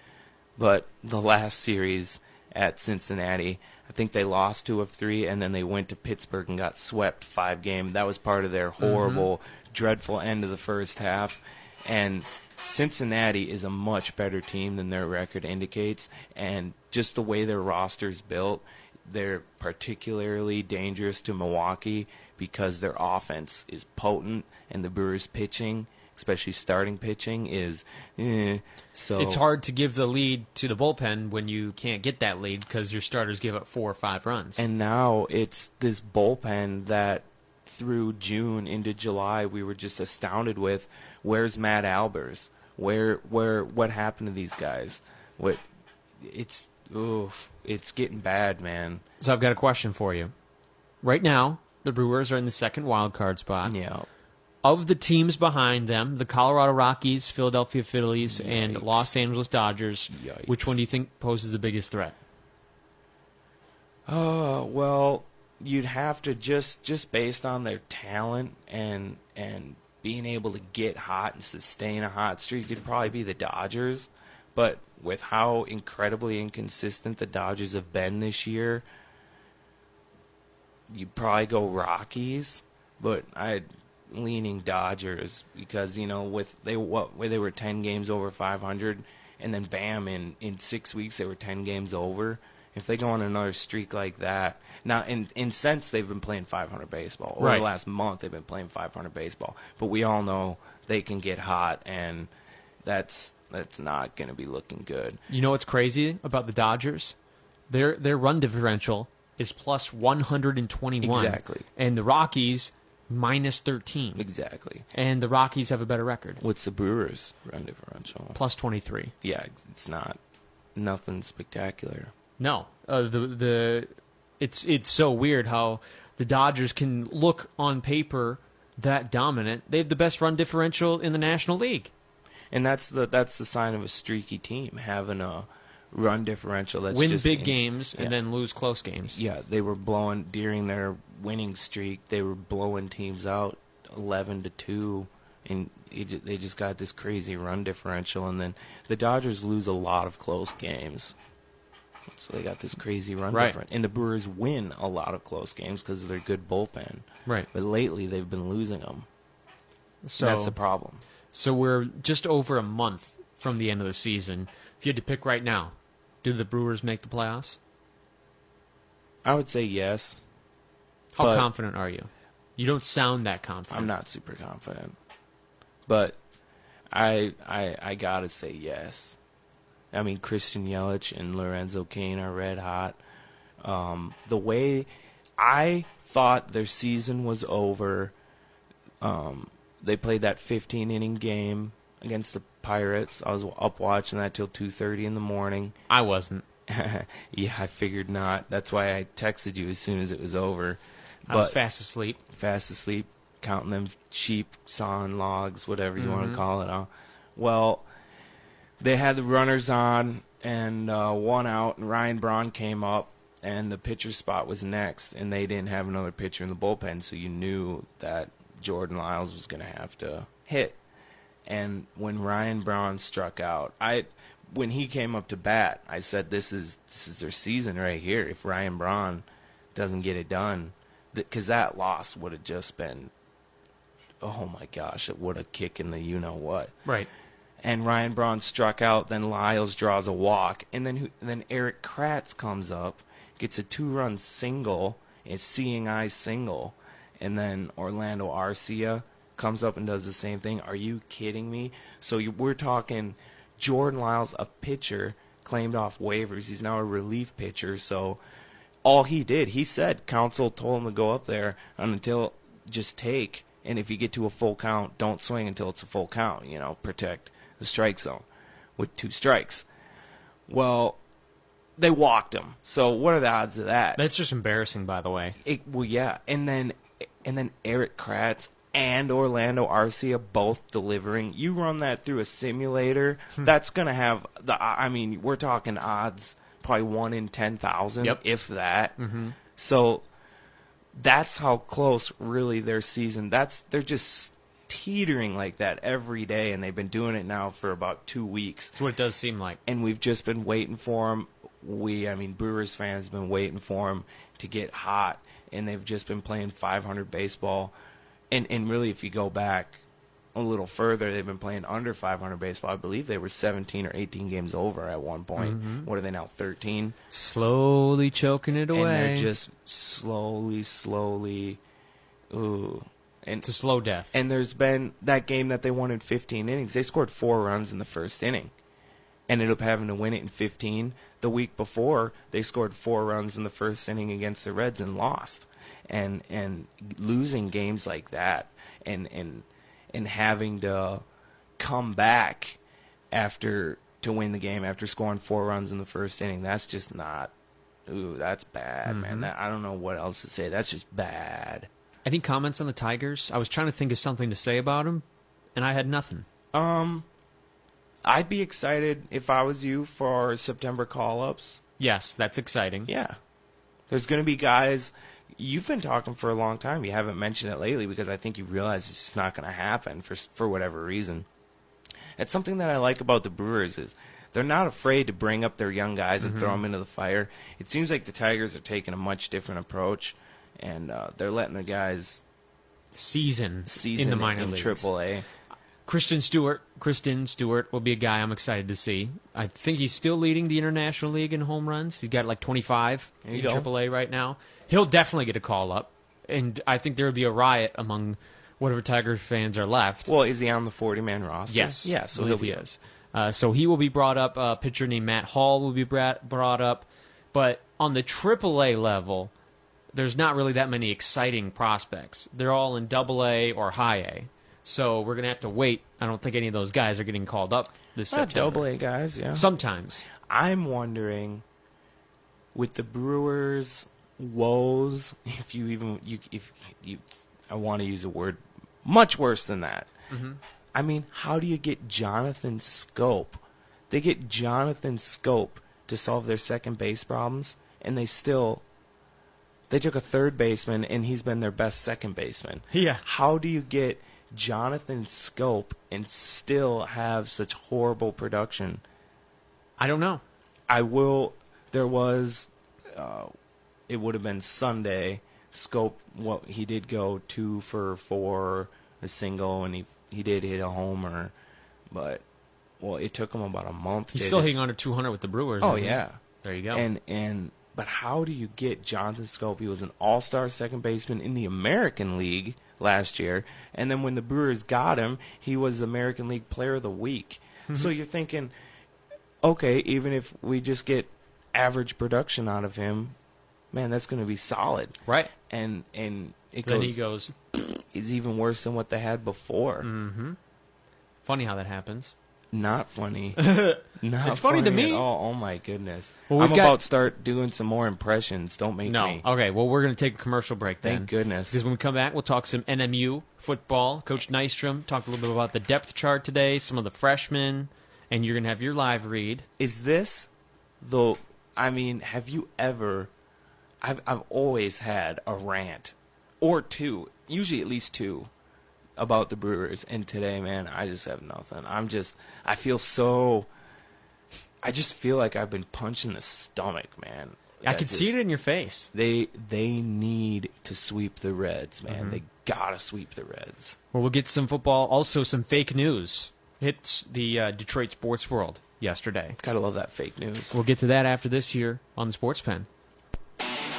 C: But the last series at Cincinnati, I think they lost two of three, and then they went to Pittsburgh and got swept five game. That was part of
B: Mm-hmm.
C: their horrible, dreadful end of the first half. And Cincinnati is a much better team than their record indicates, and just the way their roster is built, they're particularly dangerous to Milwaukee because their offense is potent, and the Brewers' pitching, especially starting pitching, is eh, so
B: It's hard to give the lead to the bullpen when you can't get that lead because your starters give up four or five runs.
C: And now it's this bullpen that through June into July we were just astounded with. Where's Matt Albers? Where where what happened to these guys? What it's oof, it's getting bad, man.
B: so I've got a question for you. Right now, the Brewers are in the second wild card spot.
C: Yeah.
B: Of the teams behind them, the Colorado Rockies, Philadelphia Phillies, and
C: Yikes.
B: Los Angeles Dodgers,
C: Yikes.
B: which one do you think poses the biggest threat?
C: Uh, well, you'd have to just just based on their talent and and being able to get hot and sustain a hot streak, it'd probably be the Dodgers. But with how incredibly inconsistent the Dodgers have been this year, you probably go Rockies, but I leaning Dodgers because you know with they what where they were ten games over five hundred, and then bam in in six weeks they were ten games over. If they go on another streak like that, now in in since they've been playing 500 baseball over
B: Right.
C: the last month they've been playing 500 baseball, but we all know they can get hot and that's that's not going to be looking good.
B: You know what's crazy about the Dodgers? Their their run differential is plus 121.
C: Exactly.
B: And the Rockies minus 13.
C: Exactly.
B: And the Rockies have a better record,
C: What's the Brewers run differential?
B: plus 23.
C: Yeah, it's not nothing spectacular.
B: No, uh, the the it's it's so weird how the Dodgers can look on paper that dominant. They have the best run differential in the National League.
C: And that's the that's the sign of a streaky team having a run differential that's
B: Win
C: just
B: big
C: in-
B: games
C: yeah.
B: and then lose close games.
C: yeah they were blowing during their winning streak they were blowing teams out eleven to two and it, ju- they just got this crazy run differential and then the Dodgers lose a lot of close games. So they got this crazy run
B: Right.
C: differential, and the Brewers win a lot of close games because of their good bullpen.
B: Right.
C: But lately they've been losing them.
B: So
C: that's the problem.
B: So we're just over a month from the end of the season. If you had to pick right now, do the Brewers make the playoffs?
C: I would say yes.
B: How
C: But-
B: confident are you? You don't sound that confident.
C: I'm not super confident, but I I I gotta say yes. I mean, Christian Yelich and Lorenzo Kane are red hot. Um, the way I thought their season was over, um, they played that 15 inning game against the Pirates. I was up watching that till 2:30 in the morning.
B: I wasn't.
C: yeah, I figured not. That's why I texted you as soon as it was over.
B: I was
C: But-
B: fast asleep.
C: fast asleep, counting them sheep, sawing logs, whatever you want to call it. Huh? Well, they had the runners on and uh, one out, and Ryan Braun came up, and the pitcher spot was next, and they didn't have another pitcher in the bullpen, so you knew that Jordan Lyles was going to have to hit. And when Ryan Braun struck out, I when he came up to bat, I said, "This is this is their season right here. If Ryan Braun doesn't get it done, because that loss would have just been, oh my gosh, it would have kicked in the you know what."
B: Right.
C: and Ryan Braun struck out. Then Lyles draws a walk, and then who, then Eric Kratz comes up, gets a two-run single, a seeing eye single, and then Orlando Arcia comes up and does the same thing. Are you kidding me? So you, we're talking Jordan Lyles, a pitcher claimed off waivers. He's now a relief pitcher. So all he did, he said, counsel told him to go up there and until just take. And if you get to a full count, don't swing until it's a full count. You know, protect the strike zone with two strikes. Well, they walked him. So what are the odds of that?
B: That's just embarrassing, by the way.
C: It, well, yeah, and then and then Eric Kratz and Orlando Arcia both delivering. You run that through a simulator, that's gonna have the. I mean, we're talking odds probably one in ten thousand,
B: Yep.
C: if that. Mm-hmm. So that's how close really their season. That's they're just teetering like that every day, and they've been doing it now for about two weeks
B: That's what it does seem like.
C: and we've just been waiting for him. We, I mean, Brewers fans have been waiting for him to get hot, and they've just been playing 500 baseball. And and really, if you go back a little further, they've been playing under 500 baseball. I believe they were 17 or 18 games over at one point. What are they now? 13.
B: Slowly choking it away.
C: And they're just slowly, slowly, ooh. And
B: it's a slow death.
C: and there's been that game that they won in 15 innings. They scored four runs in the first inning, ended up having to win it in 15. The week before, they scored four runs in the first inning against the Reds and lost. And and losing games like that, and and and having to come back after to win the game after scoring four runs in the first inning, that's just not. Ooh, that's bad, man. That, I don't know what else to say. That's just bad.
B: Any comments on the Tigers? I was trying to think of something to say about them, and I had nothing.
C: Um, I'd be excited if I was you for our September call ups.
B: Yes, that's exciting.
C: Yeah. There's going to be guys. You've been talking for a long time. You haven't mentioned it lately because I think you realize it's just not going to happen for for whatever reason. It's something that I like about the Brewers is they're not afraid to bring
B: Mm-hmm.
C: up their young guys and throw 'em throw them into the fire. It seems like the Tigers are taking a much different approach, and uh, they're letting the guys
B: Season,
C: season
B: in the minor leagues.
C: Triple A.
B: Kristen Stewart. Kristen Stewart will be a guy I'm excited to see. I think he's still leading the International League in home runs. He's got like 25
C: There you
B: in
C: go.
B: AAA right now. He'll definitely get a call up, and I think there would be a riot among whatever Tigers fans are left.
C: Well, is he on the forty-man roster?
B: yes,
C: yeah. So
B: I
C: he'll
B: believe
C: be
B: he is. Uh, so he will be brought up. A pitcher named Matt Hall will be brought brought up, but on the AAA level, there's not really that many exciting prospects. They're all in double A or high A. So we're gonna have to wait. I don't think any of those guys are getting called up this
C: Not
B: September.
C: Uh, double A guys. Yeah.
B: Sometimes.
C: I'm wondering with the Brewers woes, <laughs> if you even you if you I want to use a word much worse than that. I mean, how do you get Jonathan Scope? They get Jonathan Scope to solve their second base problems and they still they took a third baseman and he's been their best second baseman.
B: Yeah.
C: How do you get Jonathan Scope and still have such horrible production?
B: I don't know.
C: I will. There was, uh, it would have been Sunday. Scope. What he did go two for four, a single, and he he did hit a homer, but well, it took him about a month.
B: He's
C: to
B: still
C: just-
B: hitting under 200 with the Brewers.
C: Oh
B: isn't he?
C: yeah,
B: There you go.
C: And and but how do you get Jonathan Scope? He was an All Star second baseman in the American League last year, and then when the Brewers got him, he was American League Player of the Week.
B: Mm-hmm.
C: so you're thinking, okay, even if we just get average production out of him, man, that's going to be solid,
B: Right.
C: And and it
B: then
C: goes,
B: he goes.
C: is even worse than what they had before.
B: Mm-hmm. Funny how that happens.
C: Not funny. Not
B: <laughs> It's funny to me.
C: At all. Oh my goodness.
B: Well, we've
C: I'm
B: got-
C: about to start doing some more impressions. Don't make
B: No.
C: me.
B: Okay. Well, we're going to take a commercial break then.
C: Thank goodness.
B: Because when we come back, we'll talk some NMU football. Coach Nystrom talked a little bit about the depth chart today, some of the freshmen, and you're going to have your live read.
C: Is this the? I mean, have you ever? I've I've always had a rant or two, usually at least two, about the Brewers. And today, man, I just have nothing. I'm just. I feel so. I just feel like I've been punched in the stomach, man.
B: I can see it in your face.
C: They they need to sweep the Reds, man. They gotta sweep the Reds.
B: Well, we'll get some football, also some fake news. Hits the uh, Detroit sports world yesterday.
C: Gotta love that fake news.
B: We'll get to that after this here on the Sports Pen.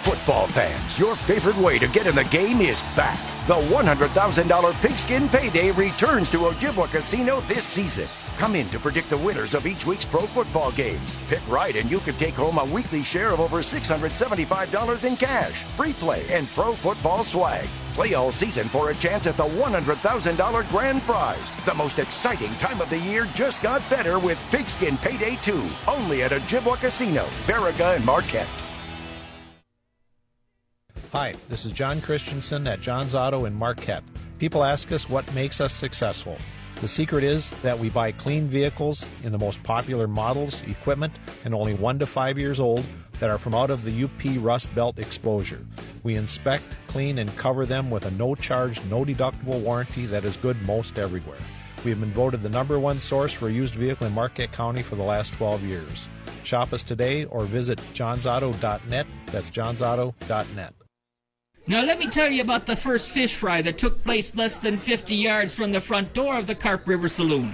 G: Football fans, your favorite way to get in the game is back. The $100,000 Pigskin Payday returns to Ojibwa Casino this season. Come in to predict the winners of each week's pro football games. Pick right, and you could take home a weekly share of over $675 in cash, free play, and pro football swag. Play all season for a chance at the $100,000 grand prize. The most exciting time of the year just got better with Pigskin Payday 2, only at Ojibwa Casino, Barriga, and Marquette.
D: Hi, this is John Christensen at John's Auto in Marquette. People ask us what makes us successful. The secret is that we buy clean vehicles in the most popular models, equipment, and only one to five years old that are from out of the UP Rust Belt exposure. We inspect, clean, and cover them with a no charge, no deductible warranty that is good most everywhere. We have been voted the number one source for a used vehicle in Marquette County for the last 12 years. Shop us today or visit johnsauto.net. That's johnsauto.net.
H: Now, let me tell you about the first fish fry that took place less than 50 yards from the front door of the Carp River Saloon.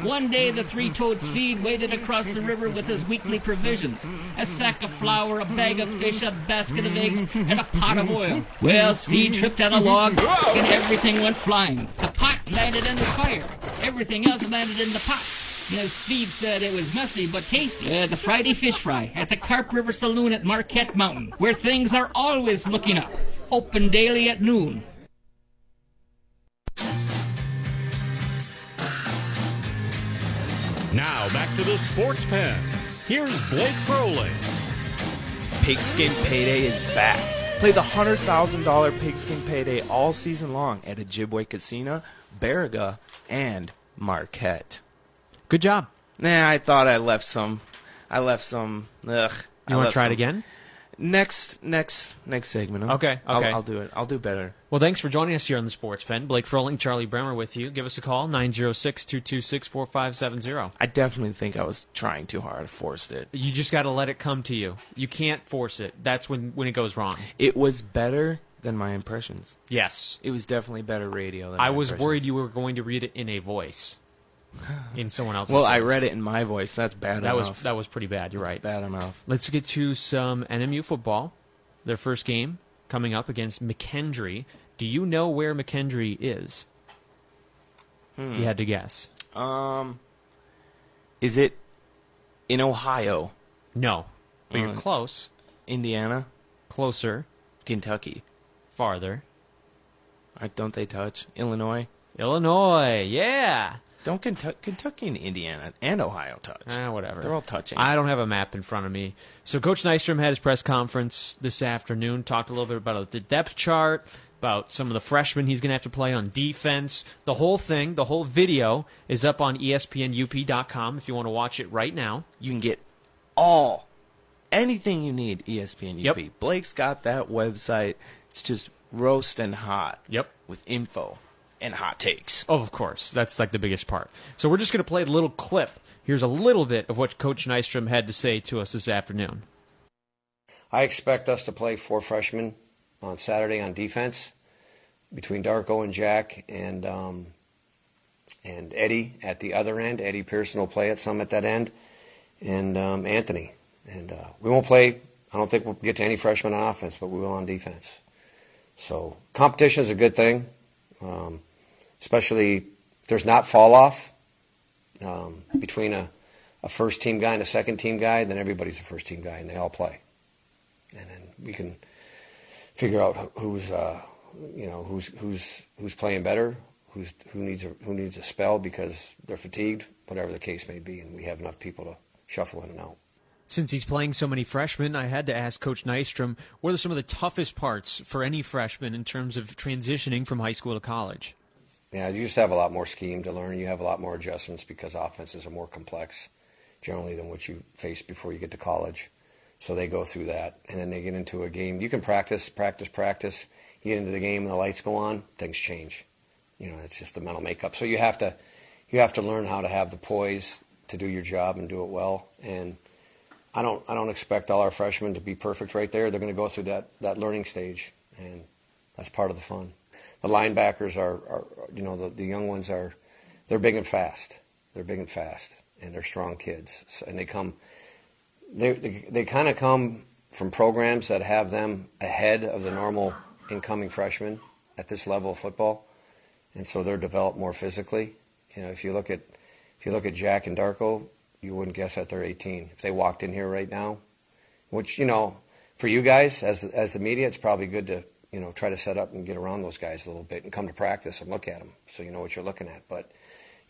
H: One day, the three toads feed waded across the river with his weekly provisions a sack of flour, a bag of fish, a basket of eggs, and a pot of oil. Well, Speed tripped on a log, and everything went flying. The pot landed in the fire, everything else landed in the pot. Now, Speed said it was messy but tasty. Uh, the Friday Fish Fry at the Carp River Saloon at Marquette Mountain, where things are always looking up. Open daily at noon.
A: Now back to the sports pen. Here's Blake Froley.
C: Pigskin Payday is back. Play the $100,000 Pigskin Payday all season long at Ojibwe Casino, Barriga, and Marquette.
B: Good job.
C: Nah, I thought I left some. I left some. Ugh. I
B: You want to
C: left
B: try it
C: some.
B: again?
C: Next, next, next segment. huh?
B: Okay,
C: I'll-
B: okay.
C: I'll, do it. I'll do better.
B: Well, thanks for joining us here on the Sports Pen. Blake Froling, Charlie Bremer with you. Give us a call, 906 226 4570.
C: I definitely think I was trying too hard. I forced it.
B: You just got to let it come to you. You can't force it. That's when, when it goes wrong.
C: It was better than my impressions.
B: Yes.
C: It was definitely better radio than
B: I
C: my
B: was
C: impressions.
B: worried you were going to read it in a voice, in someone else's.
C: Well,
B: voice.
C: I read it in my voice. That's bad
B: That was
C: enough.
B: that was pretty bad. You're right.
C: bad enough.
B: Let's get to some NMU football. Their first game coming up against McKendree. Do you know where McKendree is?
C: Hmm.
B: If you had to guess.
C: Um, is it in Ohio,
B: No. But you're
C: Uh,
B: close.
C: Indiana,
B: Closer.
C: Kentucky?
B: Farther.
C: Uh, Don't they touch Illinois?
B: Illinois. Yeah.
C: Don't Kentucky, Kentucky and Indiana and Ohio touch?
B: Ah, whatever.
C: They're all touching.
B: I don't have a map in front of me. So Coach Nystrom had his press conference this afternoon, talked a little bit about the depth chart, about some of the freshmen he's going to have to play on defense. The whole thing, the whole video is up on E espnup.com if you want to watch it right now.
C: you can get all anything you need. E ESPN UP.
B: Yep.
C: Blake's got that website. It's just roasting hot.
B: Yep.
C: With info and hot takes.
B: Oh, of course. That's like the biggest part. So we're just going to play a little clip. Here's a little bit of what Coach Nystrom had to say to us this afternoon.
I: I expect us to play four freshmen on Saturday on defense between Darko and Jack and um, and Eddie at the other end. Eddie Pearson will play at some at that end, and um, Anthony. And uh, we won't play. I don't think we'll get to any freshmen on offense, but we will on defense. So competition is a good thing, um, especially if there's not fall off um, between a, a first team guy and a second team guy. Then everybody's a first team guy, and they all play and then we can figure out who- who's uh, you know who's who's who's playing better, who's who needs a, who needs a spell because they're fatigued, whatever the case may be, and we have enough people to shuffle in and out.
B: Since he's playing so many freshmen, I had to ask Coach Nystrom what are some of the toughest parts for any freshman in terms of transitioning from high school to college?
I: Yeah, you just have a lot more scheme to learn. You have a lot more adjustments because offenses are more complex generally than what you face before you get to college. So they go through that, and then they get into a game. You can practice, practice, practice. You get into the game, and the lights go on. Things change. You know, it's just the mental makeup. So you have to, you have to learn how to have the poise to do your job and do it well. And I don't, I don't expect all our freshmen to be perfect right there. They're going to go through that that learning stage, and that's part of the fun. The linebackers are, are you know, the, the young ones are, they're big and fast. They're big and fast, and they're strong kids. So, and they come, they, they, they kind of come from programs that have them ahead of the normal incoming freshmen at this level of football, and so they're developed more physically. You know, if you look at, if you look at Jack and Darko, you wouldn't guess that they're 18. If they walked in here right now, which you know for you guys as as the media it's probably good to you know try to set up and get around those guys a little bit and come to practice and look at them so you know what you're looking at but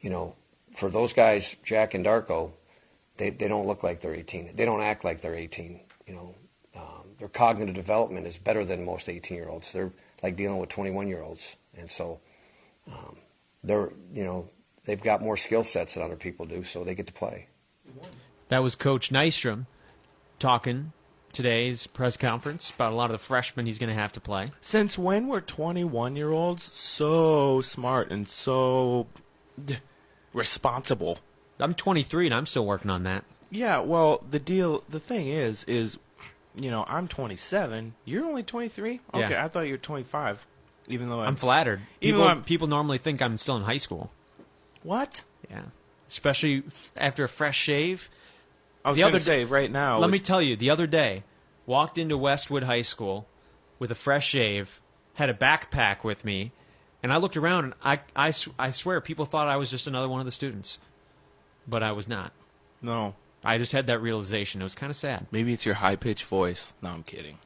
I: you know for those guys jack and darko they, they don't look like they're 18 they don't act like they're 18 you know um, their cognitive development is better than most 18 year olds they're like dealing with 21 year olds and so um, they're you know they've got more skill sets than other people do so they get to play
B: That was Coach Nystrom talking today's press conference about a lot of the freshmen he's going to have to play.
C: Since when were 21 year olds so smart and so d- responsible?
B: I'm 23 and I'm still working on that.
C: Yeah, well, the deal, the thing is, is, you know, I'm 27. You're only 23?
B: Yeah.
C: Okay, I thought you were 25. Even though I'm,
B: I'm flattered.
C: Even
B: People,
C: though I'm-
B: people normally think I'm still in high school.
C: What?
B: Yeah. Especially f- after a fresh shave.
C: I was
B: The
C: going
B: other-
C: to say right now.
B: Let
C: with-
B: me tell you, the other day, walked into Westwood High School with a fresh shave, had a backpack with me, and I looked around and I, I, s- I swear people thought I was just another one of the students. But I was not.
C: no.
B: I just had that realization. It was kind of sad.
C: Maybe it's your high pitched voice. No, I'm kidding.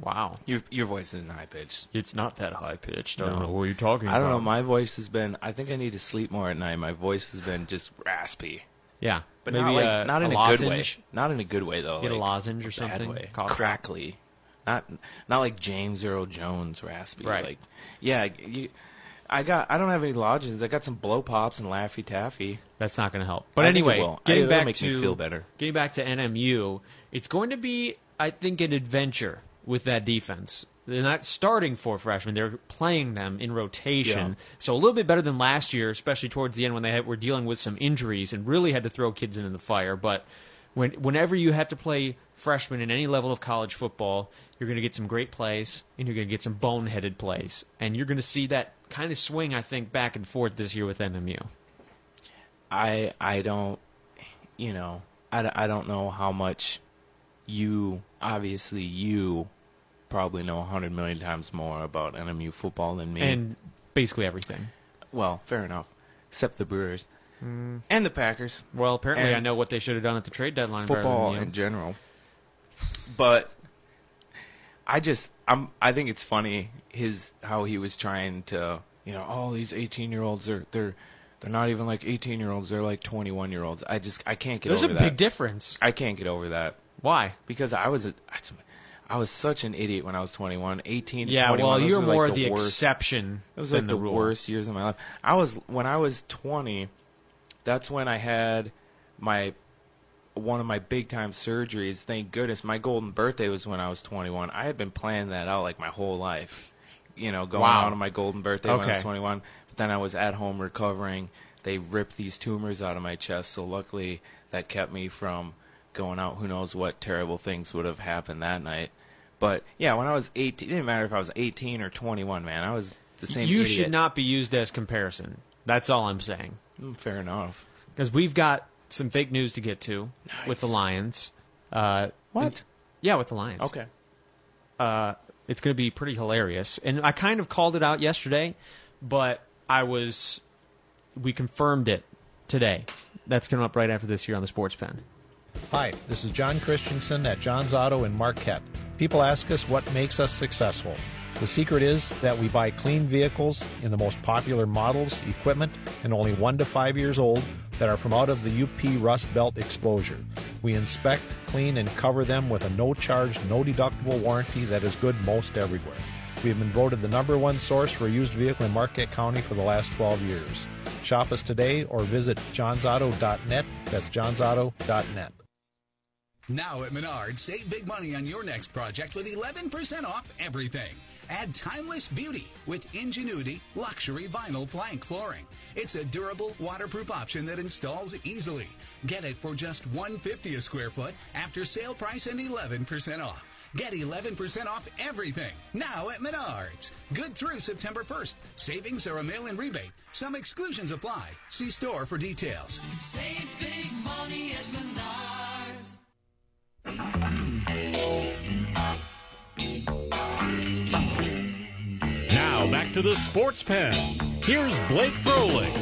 B: Wow.
C: Your your voice isn't high pitched.
B: It's not that high pitched. I
C: No.
B: you're talking
C: I don't know. My voice has been. I think I need to sleep more at night. My voice has been just raspy,
B: yeah.
C: but
B: Maybe
C: not like,
B: uh,
C: not in a, good way.
B: lozenge.
C: Not in a good way though.
B: Get a
C: like,
B: lozenge or
C: bad
B: something?
C: way.
B: Cough.
C: Crackly, not not like James Earl Jones raspy.
B: Right.
C: Like, yeah. You, I got. I don't have any lozenges. I got some blow pops and Laffy Taffy.
B: That's not going to help. But
C: I think it
B: anyway,
C: will. I-
B: getting
C: it'll
B: back
C: make
B: to
C: me feel better.
B: Getting back to NMU, it's going to be, I think, an adventure with that defense. They're not starting four freshmen; they're playing them in rotation.
C: Yeah.
B: So a little bit better than last year, especially towards the end when they had, were dealing with some injuries and really had to throw kids into the fire. But when, whenever you have to play freshman in any level of college football, you're going to get some great plays and you're going to get some boneheaded plays. And you're going to see that kind of swing, I think, back and forth this year with NMU.
C: I I don't you know I, d- I don't know how much you obviously you probably know a hundred million times more about NMU football than me.
B: And basically everything.
C: well, fair enough, except the Brewers
B: Mm.
C: and the Packers
B: Well, apparently
C: And
B: I know what they should have done at the trade deadline. better than
C: football
B: you.
C: in general. But I just I'm I think it's funny his how he was trying to you know all these 18 year olds are they're they're not even like 18 year olds they're like 21 year olds. I just I can't get
B: There's a
C: over that.
B: big difference.
C: I can't get over that
B: Why?
C: because I was a I was such an idiot when I was 21, 18 to
B: Yeah,
C: 21.
B: well,
C: those
B: you're
C: are,
B: more
C: like
B: the,
C: worst.
B: exception
C: Those are
B: than
C: like
B: the,
C: the,
B: rule.
C: worst years of my life. I was when I was 20. That's when I had my one of my big time surgeries. Thank goodness, my golden birthday was when I was 21. I had been planning that out like my whole life. You know, going
B: Wow.
C: out on my golden birthday when I
B: Okay.
C: was 21. But then I was at home recovering. They ripped these tumors out of my chest, so luckily that kept me from going out. Who knows what terrible things would have happened that night. But yeah, when I was 18, it didn't matter if I was 18 or 21, man. I was the same.
B: You
C: idiot.
B: should not be used as comparison. That's all I'm saying.
C: Mm, Fair enough.
B: Because we've got some fake news to get to with the Lions. Uh,
C: What?
B: yeah, with the Lions.
C: Okay.
B: It's going to be pretty hilarious. And I kind of called it out yesterday, but I was. We confirmed it today. That's coming up right after this here on the Sports Pen.
D: Hi, this is John Christensen at John's Auto in Marquette. People ask us what makes us successful. The secret is that we buy clean vehicles in the most popular models, equipment, and only one to five years old that are from out of the UP Rust Belt exposure. We inspect, clean, and cover them with a no charge, no deductible warranty that is good most everywhere. We have been voted the number one source for a used vehicle in Marquette County for the last 12 years. Shop us today or visit johnsauto.net. That's johnsauto.net.
J: Now at Menards, save big money on your next project with 11% off everything. Add timeless beauty with Ingenuity Luxury Vinyl Plank Flooring. It's a durable, waterproof option that installs easily. Get it for just 150 a square foot after sale price and 11% off. Get 11% off everything now at Menards. Good through September 1st. Savings are a mail in rebate. Some exclusions apply. See store for details.
K: Save big money at Menards.
A: Now back to the sports pen. Here's Blake Froling.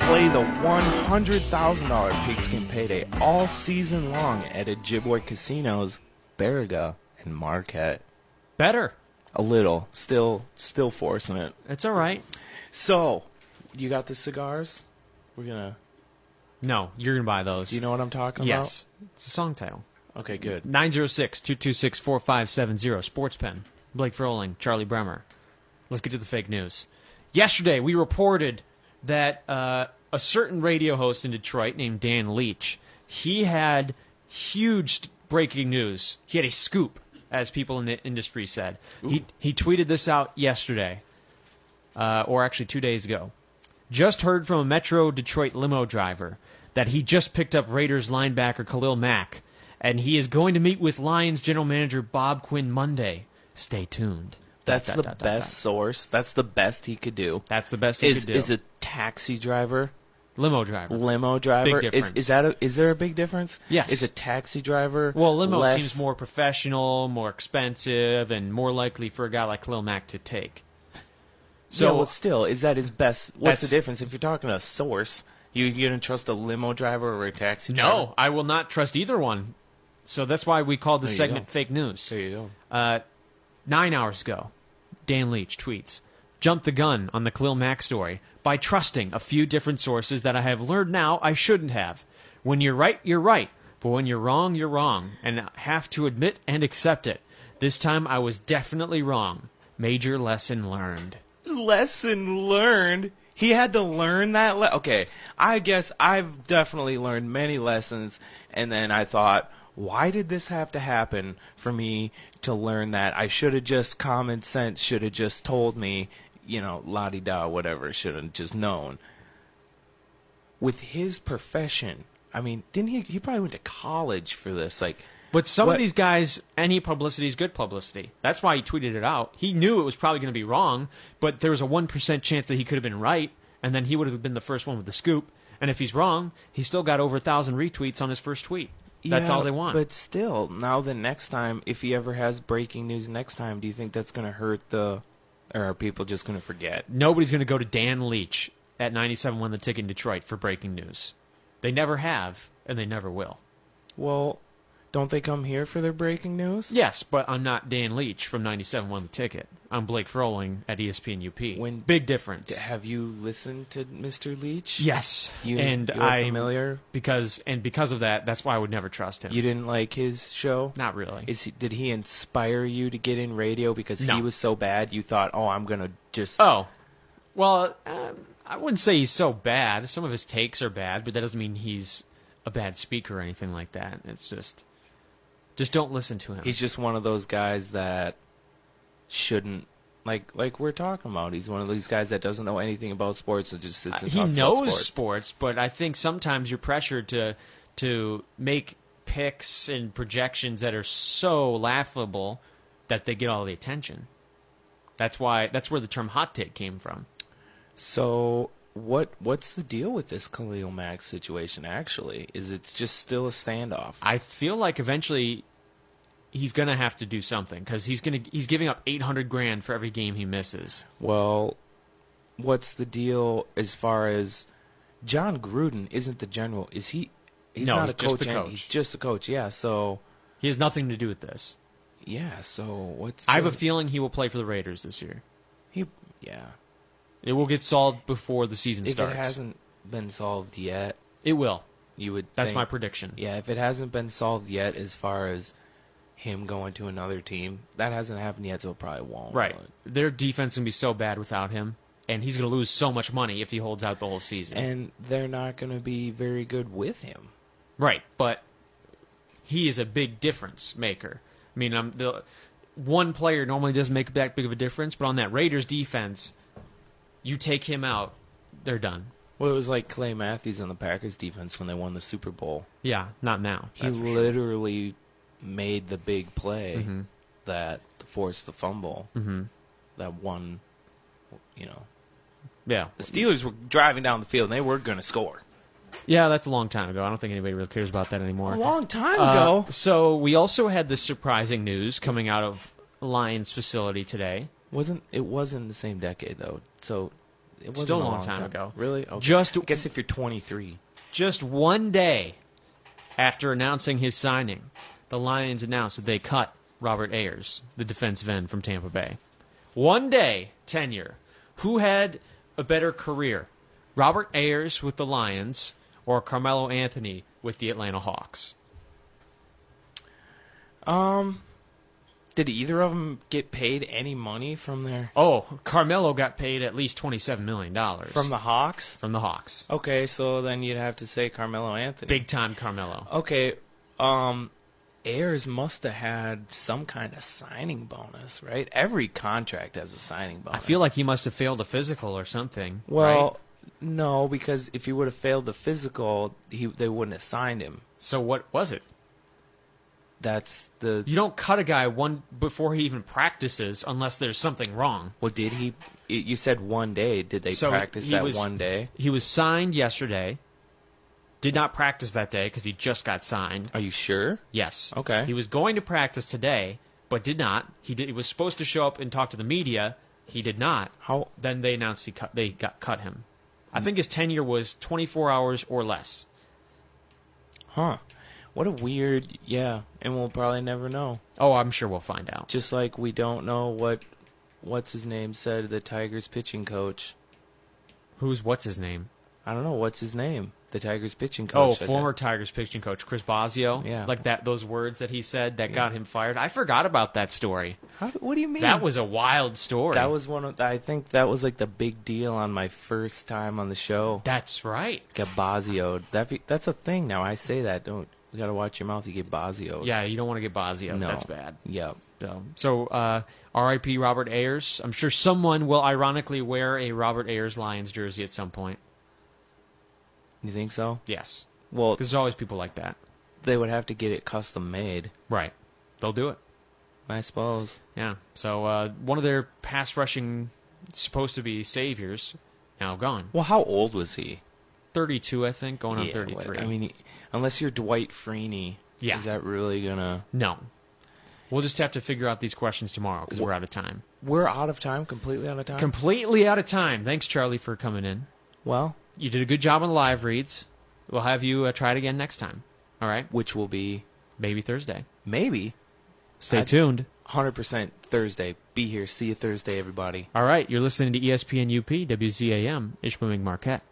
C: Play the $100,000 pigskin payday all season long at Ojibwe casinos, Barriga, and Marquette.
B: Better.
C: A little, still, still forcing it.
B: It's all right.
C: So, you got the cigars? We're gonna.
B: No, you're going to buy those.
C: Do you know what I'm talking
B: yes. Mm-hmm. It's a song title.
C: about? Okay, good.
B: 906 226 4570. Sports Pen. Blake Froling, Charlie Bremer. Let's get to the fake news. Yesterday, we reported that uh, a certain radio host in Detroit named Dan Leach, he had huge st- breaking news. He had a scoop, as people in the industry said. He, he tweeted this out yesterday, uh, or actually two days ago. Just heard from a Metro Detroit limo driver that he just picked up Raiders linebacker Khalil Mack, and he is going to meet with Lions general manager Bob Quinn Monday. Stay tuned.
C: That's
B: Dot,
C: the
B: dot, dot, dot,
C: best
B: dot.
C: source. That's the best he could do.
B: That's the best he
C: Is
B: could do.
C: is a taxi driver
B: limo driver.
C: limo driver. Is,
B: difference.
C: is that a, is there a big difference?
B: Yes.
C: Is a taxi driver
B: well, limo
C: less-
B: seems more professional, more expensive, and more likely for a guy like Lil Mac to take.
C: So
B: So
C: well, still, is that his best? What's the
B: That's-
C: difference if you're talking to a source? You you gonna trust a limo driver or a taxi? driver?
B: no, I will not trust either one. So that's why we called the
C: you
B: segment
C: go.
B: fake news.
C: There you go.
B: Nine hours ago, Dan Leach tweets, jumped the gun on the Khalil Mack story by trusting a few different sources that I have learned now I shouldn't have. When you're right, you're right, but when you're wrong, you're wrong, and I have to admit and accept it. This time I was definitely wrong. Major lesson learned.
C: Lesson learned. He had to learn that. Le- okay, I guess I've definitely learned many lessons, and then I thought. Why did this have to happen for me to learn that? I should have just common sense should have just told me, you know, la di da, whatever, should have just known. With his profession, I mean, didn't he? He probably went to college for this. Like,
B: But some
C: What-
B: of these guys, any publicity is good publicity. That's why he tweeted it out. He knew it was probably going to be wrong, but there was a 1% chance that he could have been right, and then he would have been the first one with the scoop. And if he's wrong, he still got over a 1,000 retweets on his first tweet. That's
C: Yeah,
B: all they want.
C: But still, now the next time, if he ever has breaking news next time, do you think that's going to hurt the, or are people just going to forget?
B: Nobody's going to go to Dan Leach at 97 97.1 The Tick in Detroit for breaking news. They never have, and they never will.
C: Well, don't they come here for their breaking news?
B: Yes, but I'm not Dan Leach from 97.1 The Ticket. I'm Blake Froling at E ESPN UP.
C: When-
B: Big difference.
C: D- Have you listened to Mr. Leach?
B: Yes,
C: You-
B: and
C: you're
B: I'm
C: familiar?
B: because and because of that, that's why I would never trust him.
C: You didn't like his show?
B: Not really.
C: Is he, did he inspire you to get in radio because
B: No.
C: he was so bad? You thought, oh, I'm gonna just.
B: oh, well, um, I wouldn't say he's so bad. Some of his takes are bad, but that doesn't mean he's a bad speaker or anything like that. It's just, just don't listen to him.
C: He's just one of those guys that shouldn't like like we're talking about. He's one of these guys that doesn't know anything about sports and just sits and
B: he
C: talks
B: knows
C: about sports.
B: but I think sometimes you're pressured to to make picks and projections that are so laughable that they get all the attention. That's why. That's where the term hot take came from.
C: So what what's the deal with this Khalil Mack situation? Actually, is it's just still a standoff?
B: I feel like eventually he's going to have to do something because he's going to he's giving up 800 grand for every game he misses.
C: Well, what's the deal as far as John Gruden isn't the general? Is he? He's
B: No,
C: not
B: he's
C: a coach.
B: just the
C: and-
B: coach.
C: He's just a coach. Yeah. So
B: He has nothing to do with this.
C: yeah. So what's?
B: I have a
C: the-
B: feeling he will play for the Raiders this year.
C: He yeah.
B: It will get solved before the season
C: If
B: starts.
C: it hasn't been solved yet,
B: It will.
C: you would.
B: That's
C: think-
B: my prediction.
C: Yeah. If it hasn't been solved yet, as far as him going to another team, that hasn't happened yet, so it probably won't.
B: Right.
C: but-
B: Their defense going to be so bad without him, and he's going to lose so much money if he holds out the whole season.
C: And they're not going to be very good with him.
B: right, but he is a big difference maker. I mean, I'm the one player normally doesn't make that big of a difference, but on that Raiders defense, you take him out, they're done.
C: Well, it was like Clay Matthews on the Packers defense when they won the Super Bowl.
B: Yeah, not now.
C: He
B: that's for sure.
C: literally made the big play that forced the fumble that won. You know,
B: Yeah.
C: the Steelers were driving down the field and they were going to score
B: Yeah, that's a long time ago. I don't think anybody really cares about that anymore.
C: a long time
B: Uh,
C: ago.
B: so we also had the surprising news coming out of Lions facility today.
C: Wasn't it? Wasn't the same decade though? So it was
B: Still a long time ago.
C: Really? Okay.
B: Just-
C: I guess if you're 23.
B: Just one day after announcing his signing, the Lions announced that they cut Robert Ayers, the defensive end from Tampa Bay. One day tenure. Who had a better career? Robert Ayers with the Lions or Carmelo Anthony with the Atlanta Hawks?
C: Did either of them get paid any money from their
B: Oh, Carmelo got paid at least $27 million
C: from the Hawks?
B: from the Hawks.
C: Okay, so then you'd have to say Carmelo Anthony.
B: Big time Carmelo.
C: Okay, um, Ayers must have had some kind of signing bonus, right? Every contract has a signing
B: I
C: bonus.
B: feel like he must have failed a physical or something.
C: well,
B: right?
C: no, because if he would have failed the physical, he they wouldn't have signed him.
B: so what was it?
C: That's the
B: You don't cut a guy one before he even practices unless there's something wrong.
C: well. Did he? y- You said one day. Did they
B: So
C: practice
B: he
C: that
B: was-
C: one day?
B: He was signed yesterday. Did not practice that day because he just got signed.
C: Are you sure?
B: Yes.
C: Okay.
B: He was going to practice today, but did not. He did. He was supposed to show up and talk to the media. He did not.
C: How-
B: Then they announced he cut. They got cut him. I think his tenure was 24 hours or less.
C: Huh. What a weird. Yeah, and we'll probably never know.
B: Oh, I'm sure we'll find out.
C: Just like we don't know what what's his name said the Tigers pitching coach.
B: Who's what's his name?
C: I don't know what's his name. The Tigers pitching coach.
B: Oh,
C: said that.
B: former Tigers pitching coach Chris Bosio.
C: Yeah.
B: like that. Those words that he said that got him fired. I forgot about that story.
C: How, what do you mean?
B: That was a wild story.
C: that was one of I think that was like the big deal on my first time on the show.
B: That's right.
C: Get Bazioed. That be, that's a thing now. I say that. Don't you got to watch your mouth. You get Bazioed.
B: Yeah, you don't want to get Bosio.
C: No.
B: That's bad.
C: Yep.
B: So, so uh, R.I.P. Robert Ayers. I'm sure someone will ironically wear a Robert Ayers Lions jersey at some point.
C: You think so?
B: Yes.
C: Well,
B: Because there's always people like that.
C: they would have to get it custom made,
B: Right. They'll do it.
C: I suppose.
B: Yeah. So uh, one of their pass rushing supposed to be saviors now gone.
C: Well, how old was he?
B: 32, I think, going on
C: Yeah,
B: 33.
C: what- I mean, unless you're Dwight Freeney,
B: Yeah.
C: is that really gonna?
B: no. We'll just have to figure out these questions tomorrow because we're out of time.
C: We're out of time, completely out of time.
B: Completely out of time. Thanks, Charlie, for coming in.
C: well,
B: You did a good job on the live reads. We'll have you uh, try it again next time. All right?
C: which will be
B: Maybe Thursday.
C: maybe
B: Stay
C: I-
B: tuned.
C: 100% Thursday. Be here. See you Thursday, everybody.
B: E All right. You're listening to ESPN UP, WZAM, Ishpeming Marquette.